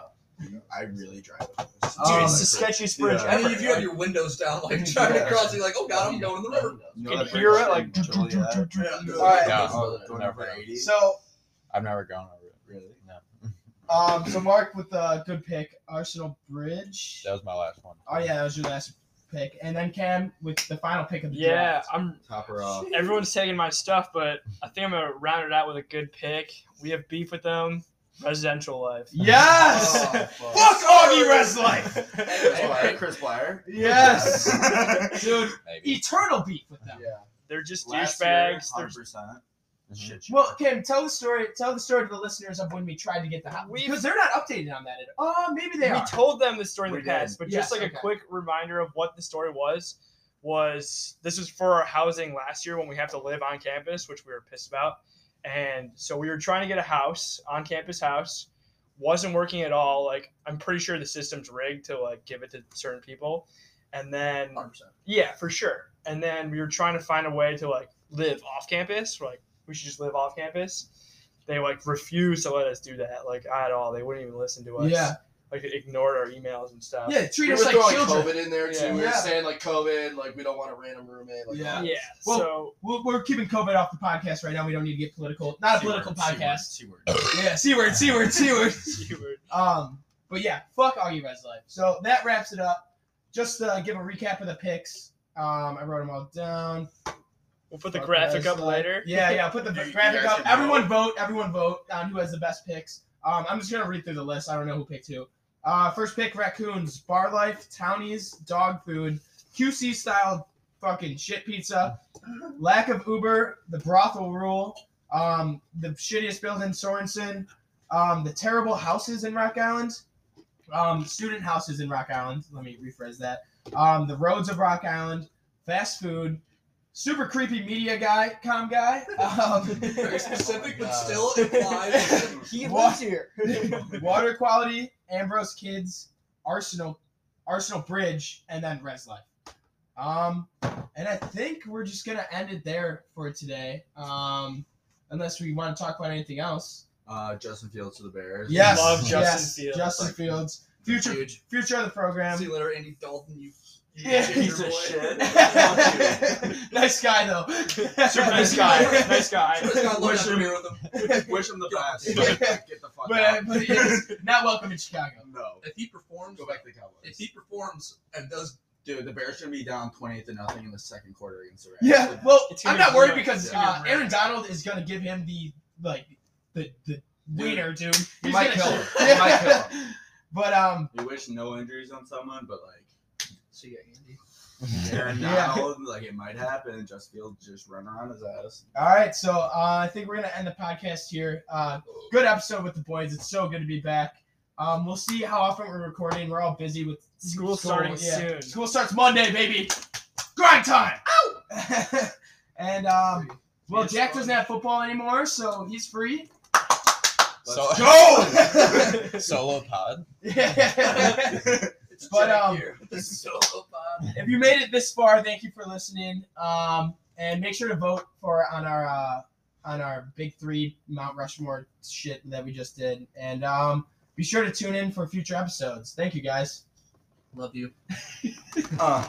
Speaker 4: I really drive with this.
Speaker 1: Dude,
Speaker 3: Dude,
Speaker 1: Um,
Speaker 3: it's the sketchiest bridge
Speaker 4: yeah.
Speaker 2: I
Speaker 3: ever.
Speaker 2: mean, if you have your windows down, like trying to cross, you're like, oh god, I'm going in the river.
Speaker 4: You
Speaker 3: Can
Speaker 4: that
Speaker 3: you hear
Speaker 4: bridge
Speaker 3: it, like,
Speaker 4: in Joliet?
Speaker 1: All right.
Speaker 10: No,
Speaker 4: Oh, going
Speaker 10: never.
Speaker 4: over 80?
Speaker 1: So
Speaker 10: I've never gone over it.
Speaker 4: Really?
Speaker 10: No,
Speaker 1: um so Mark with the good pick, Arsenal Bridge.
Speaker 10: that was my last one.
Speaker 1: Oh yeah, that was your last pick. And then Cam with the final pick of the
Speaker 3: Yeah,
Speaker 1: draft.
Speaker 3: I'm
Speaker 4: Top her off.
Speaker 3: everyone's taking my stuff, but I think I'm gonna round it out with a good pick. We have beef with them. Residential life.
Speaker 1: Yes!
Speaker 4: Oh.
Speaker 1: Fuck Augie Res life!
Speaker 4: Chris Blyer. Chris Blyer.
Speaker 1: Yes!
Speaker 3: Dude,
Speaker 10: Maybe.
Speaker 1: Eternal beef with them.
Speaker 3: they're just
Speaker 4: Last
Speaker 3: douchebags.
Speaker 4: year,
Speaker 3: They're
Speaker 4: 100%.
Speaker 1: Mm-hmm.
Speaker 10: Mhm.
Speaker 4: Shit.
Speaker 1: Well, Kim, tell the story. Tell the story to the listeners of when we tried to get the house
Speaker 3: We've-
Speaker 1: because they're not updated on that at all. Oh, maybe they
Speaker 3: we
Speaker 1: are.
Speaker 3: told them this story in
Speaker 4: We
Speaker 3: the past, but
Speaker 1: Yes,
Speaker 3: just like
Speaker 1: okay.
Speaker 3: a quick reminder of what the story was was this was for our housing last year when we have to live on campus, which we were pissed about. And so we were trying to get a house, on campus house, wasn't working at all. Like I'm pretty sure the system's rigged to like give it to certain people. And then
Speaker 2: 100%.
Speaker 3: yeah, for sure. And then we were trying to find a way to like live off campus. We're like, we should just live off campus. They like refused to let us do that, like at all. They wouldn't even listen to us.
Speaker 1: Yeah.
Speaker 3: Like they ignored our emails and stuff.
Speaker 1: yeah, treat
Speaker 5: We were
Speaker 1: us like
Speaker 5: throwing
Speaker 1: children.
Speaker 5: COVID in there too.
Speaker 3: Yeah.
Speaker 5: We were
Speaker 1: Yeah.
Speaker 5: saying like COVID, like we don't want a random roommate. Like,
Speaker 1: Yeah.
Speaker 3: Yeah.
Speaker 1: Well-
Speaker 3: so
Speaker 1: We're, we're keeping COVID off the podcast right now. We don't need to get political. Not a political podcast.
Speaker 4: C word.
Speaker 1: yeah, c word, c word, c word.
Speaker 3: you were-
Speaker 1: Um, but yeah, fuck all you guys' life. So that wraps it up. Just to give a recap of the picks. Um, I wrote them all down.
Speaker 3: we'll put the
Speaker 1: Fuck
Speaker 3: graphic
Speaker 1: guys'
Speaker 3: up
Speaker 1: life.
Speaker 3: later.
Speaker 1: Yeah, yeah. Put the
Speaker 4: You- you
Speaker 1: graphic
Speaker 4: guys
Speaker 1: up.
Speaker 4: can vote.
Speaker 1: Everyone vote. Everyone vote on who has the best picks. Um, I'm just gonna read through the list. I don't know who picked who. Uh, first pick: raccoons, bar life, townies, dog food, QC style fucking shit pizza, lack of Uber, the brothel rule, um, the shittiest building in Sorensen, um, the terrible houses in Rock Island, um, student houses in Rock Island. Let me rephrase that. Um, the roads of Rock Island, fast food, super creepy media guy, com guy. Um,
Speaker 2: Very specific, but still implies.
Speaker 1: he lives here. Water quality, Ambrose Kids, Arsenal, Arsenal Bridge, and then Res Life. Um, and I think we're just gonna end it there for today. Um, unless we want to talk about anything else.
Speaker 4: Uh, Justin Fields to the Bears.
Speaker 1: Yes,
Speaker 3: Love Justin
Speaker 1: yes,
Speaker 3: Fields.
Speaker 1: Justin Fields, future,
Speaker 2: Huge.
Speaker 1: future of the program.
Speaker 2: See you later, Andy Dalton. You. you
Speaker 1: Yeah,
Speaker 2: ginger
Speaker 1: piece of
Speaker 2: boy.
Speaker 1: shit.
Speaker 2: Fuck
Speaker 1: nice guy though.
Speaker 3: Super nice guy. Nice guy.
Speaker 2: you. Should've got
Speaker 12: Wish
Speaker 2: Lil
Speaker 12: him-
Speaker 2: Nas with him.
Speaker 12: Wish him the best.
Speaker 1: But-
Speaker 12: Get the fuck out.
Speaker 4: uh,
Speaker 1: But, but he is not welcome in Chicago.
Speaker 12: No.
Speaker 2: If he performs,
Speaker 12: Go back to the Cowboys.
Speaker 2: if he performs and does
Speaker 4: Dude, the Bears should be down twenty to nothing in the second quarter against the Rams.
Speaker 1: Yeah, well,
Speaker 3: It's
Speaker 1: I'm
Speaker 3: gonna
Speaker 1: not
Speaker 3: be
Speaker 1: worried
Speaker 3: rough.
Speaker 1: because
Speaker 2: It's gonna
Speaker 1: uh,
Speaker 2: be rough.
Speaker 1: Aaron Donald is gonna give him the like the the wiener, dude. He's
Speaker 4: might
Speaker 1: gonna-
Speaker 4: kill him. He might kill
Speaker 1: But um,
Speaker 4: You wish no injuries on someone, but like
Speaker 2: see Andy.
Speaker 4: Aaron
Speaker 1: Yeah.
Speaker 4: Donald, like it might happen, and Justin Fields just run around his ass.
Speaker 1: all right, so uh, I think we're gonna end the podcast here. Uh, good episode with the boys. It's so good to be back. Um, we'll see how often we're recording. We're all busy with
Speaker 3: School starting soon.
Speaker 1: School starts Monday, baby. Grind time. Ow! and um, well,
Speaker 3: Yes,
Speaker 1: Jack
Speaker 3: fun.
Speaker 1: doesn't have football anymore, so he's free.
Speaker 10: So,
Speaker 1: Go.
Speaker 10: solo pod.
Speaker 2: It's
Speaker 1: But,
Speaker 2: Jack
Speaker 1: um,
Speaker 2: here. This is so low pod.
Speaker 1: if you made it this far, thank you for listening. Um, and make sure to vote for on our uh, on our big three Mount Rushmore shit that we just did. And um, be sure to tune in for future episodes. Thank you guys.
Speaker 2: Love you.
Speaker 4: Uh,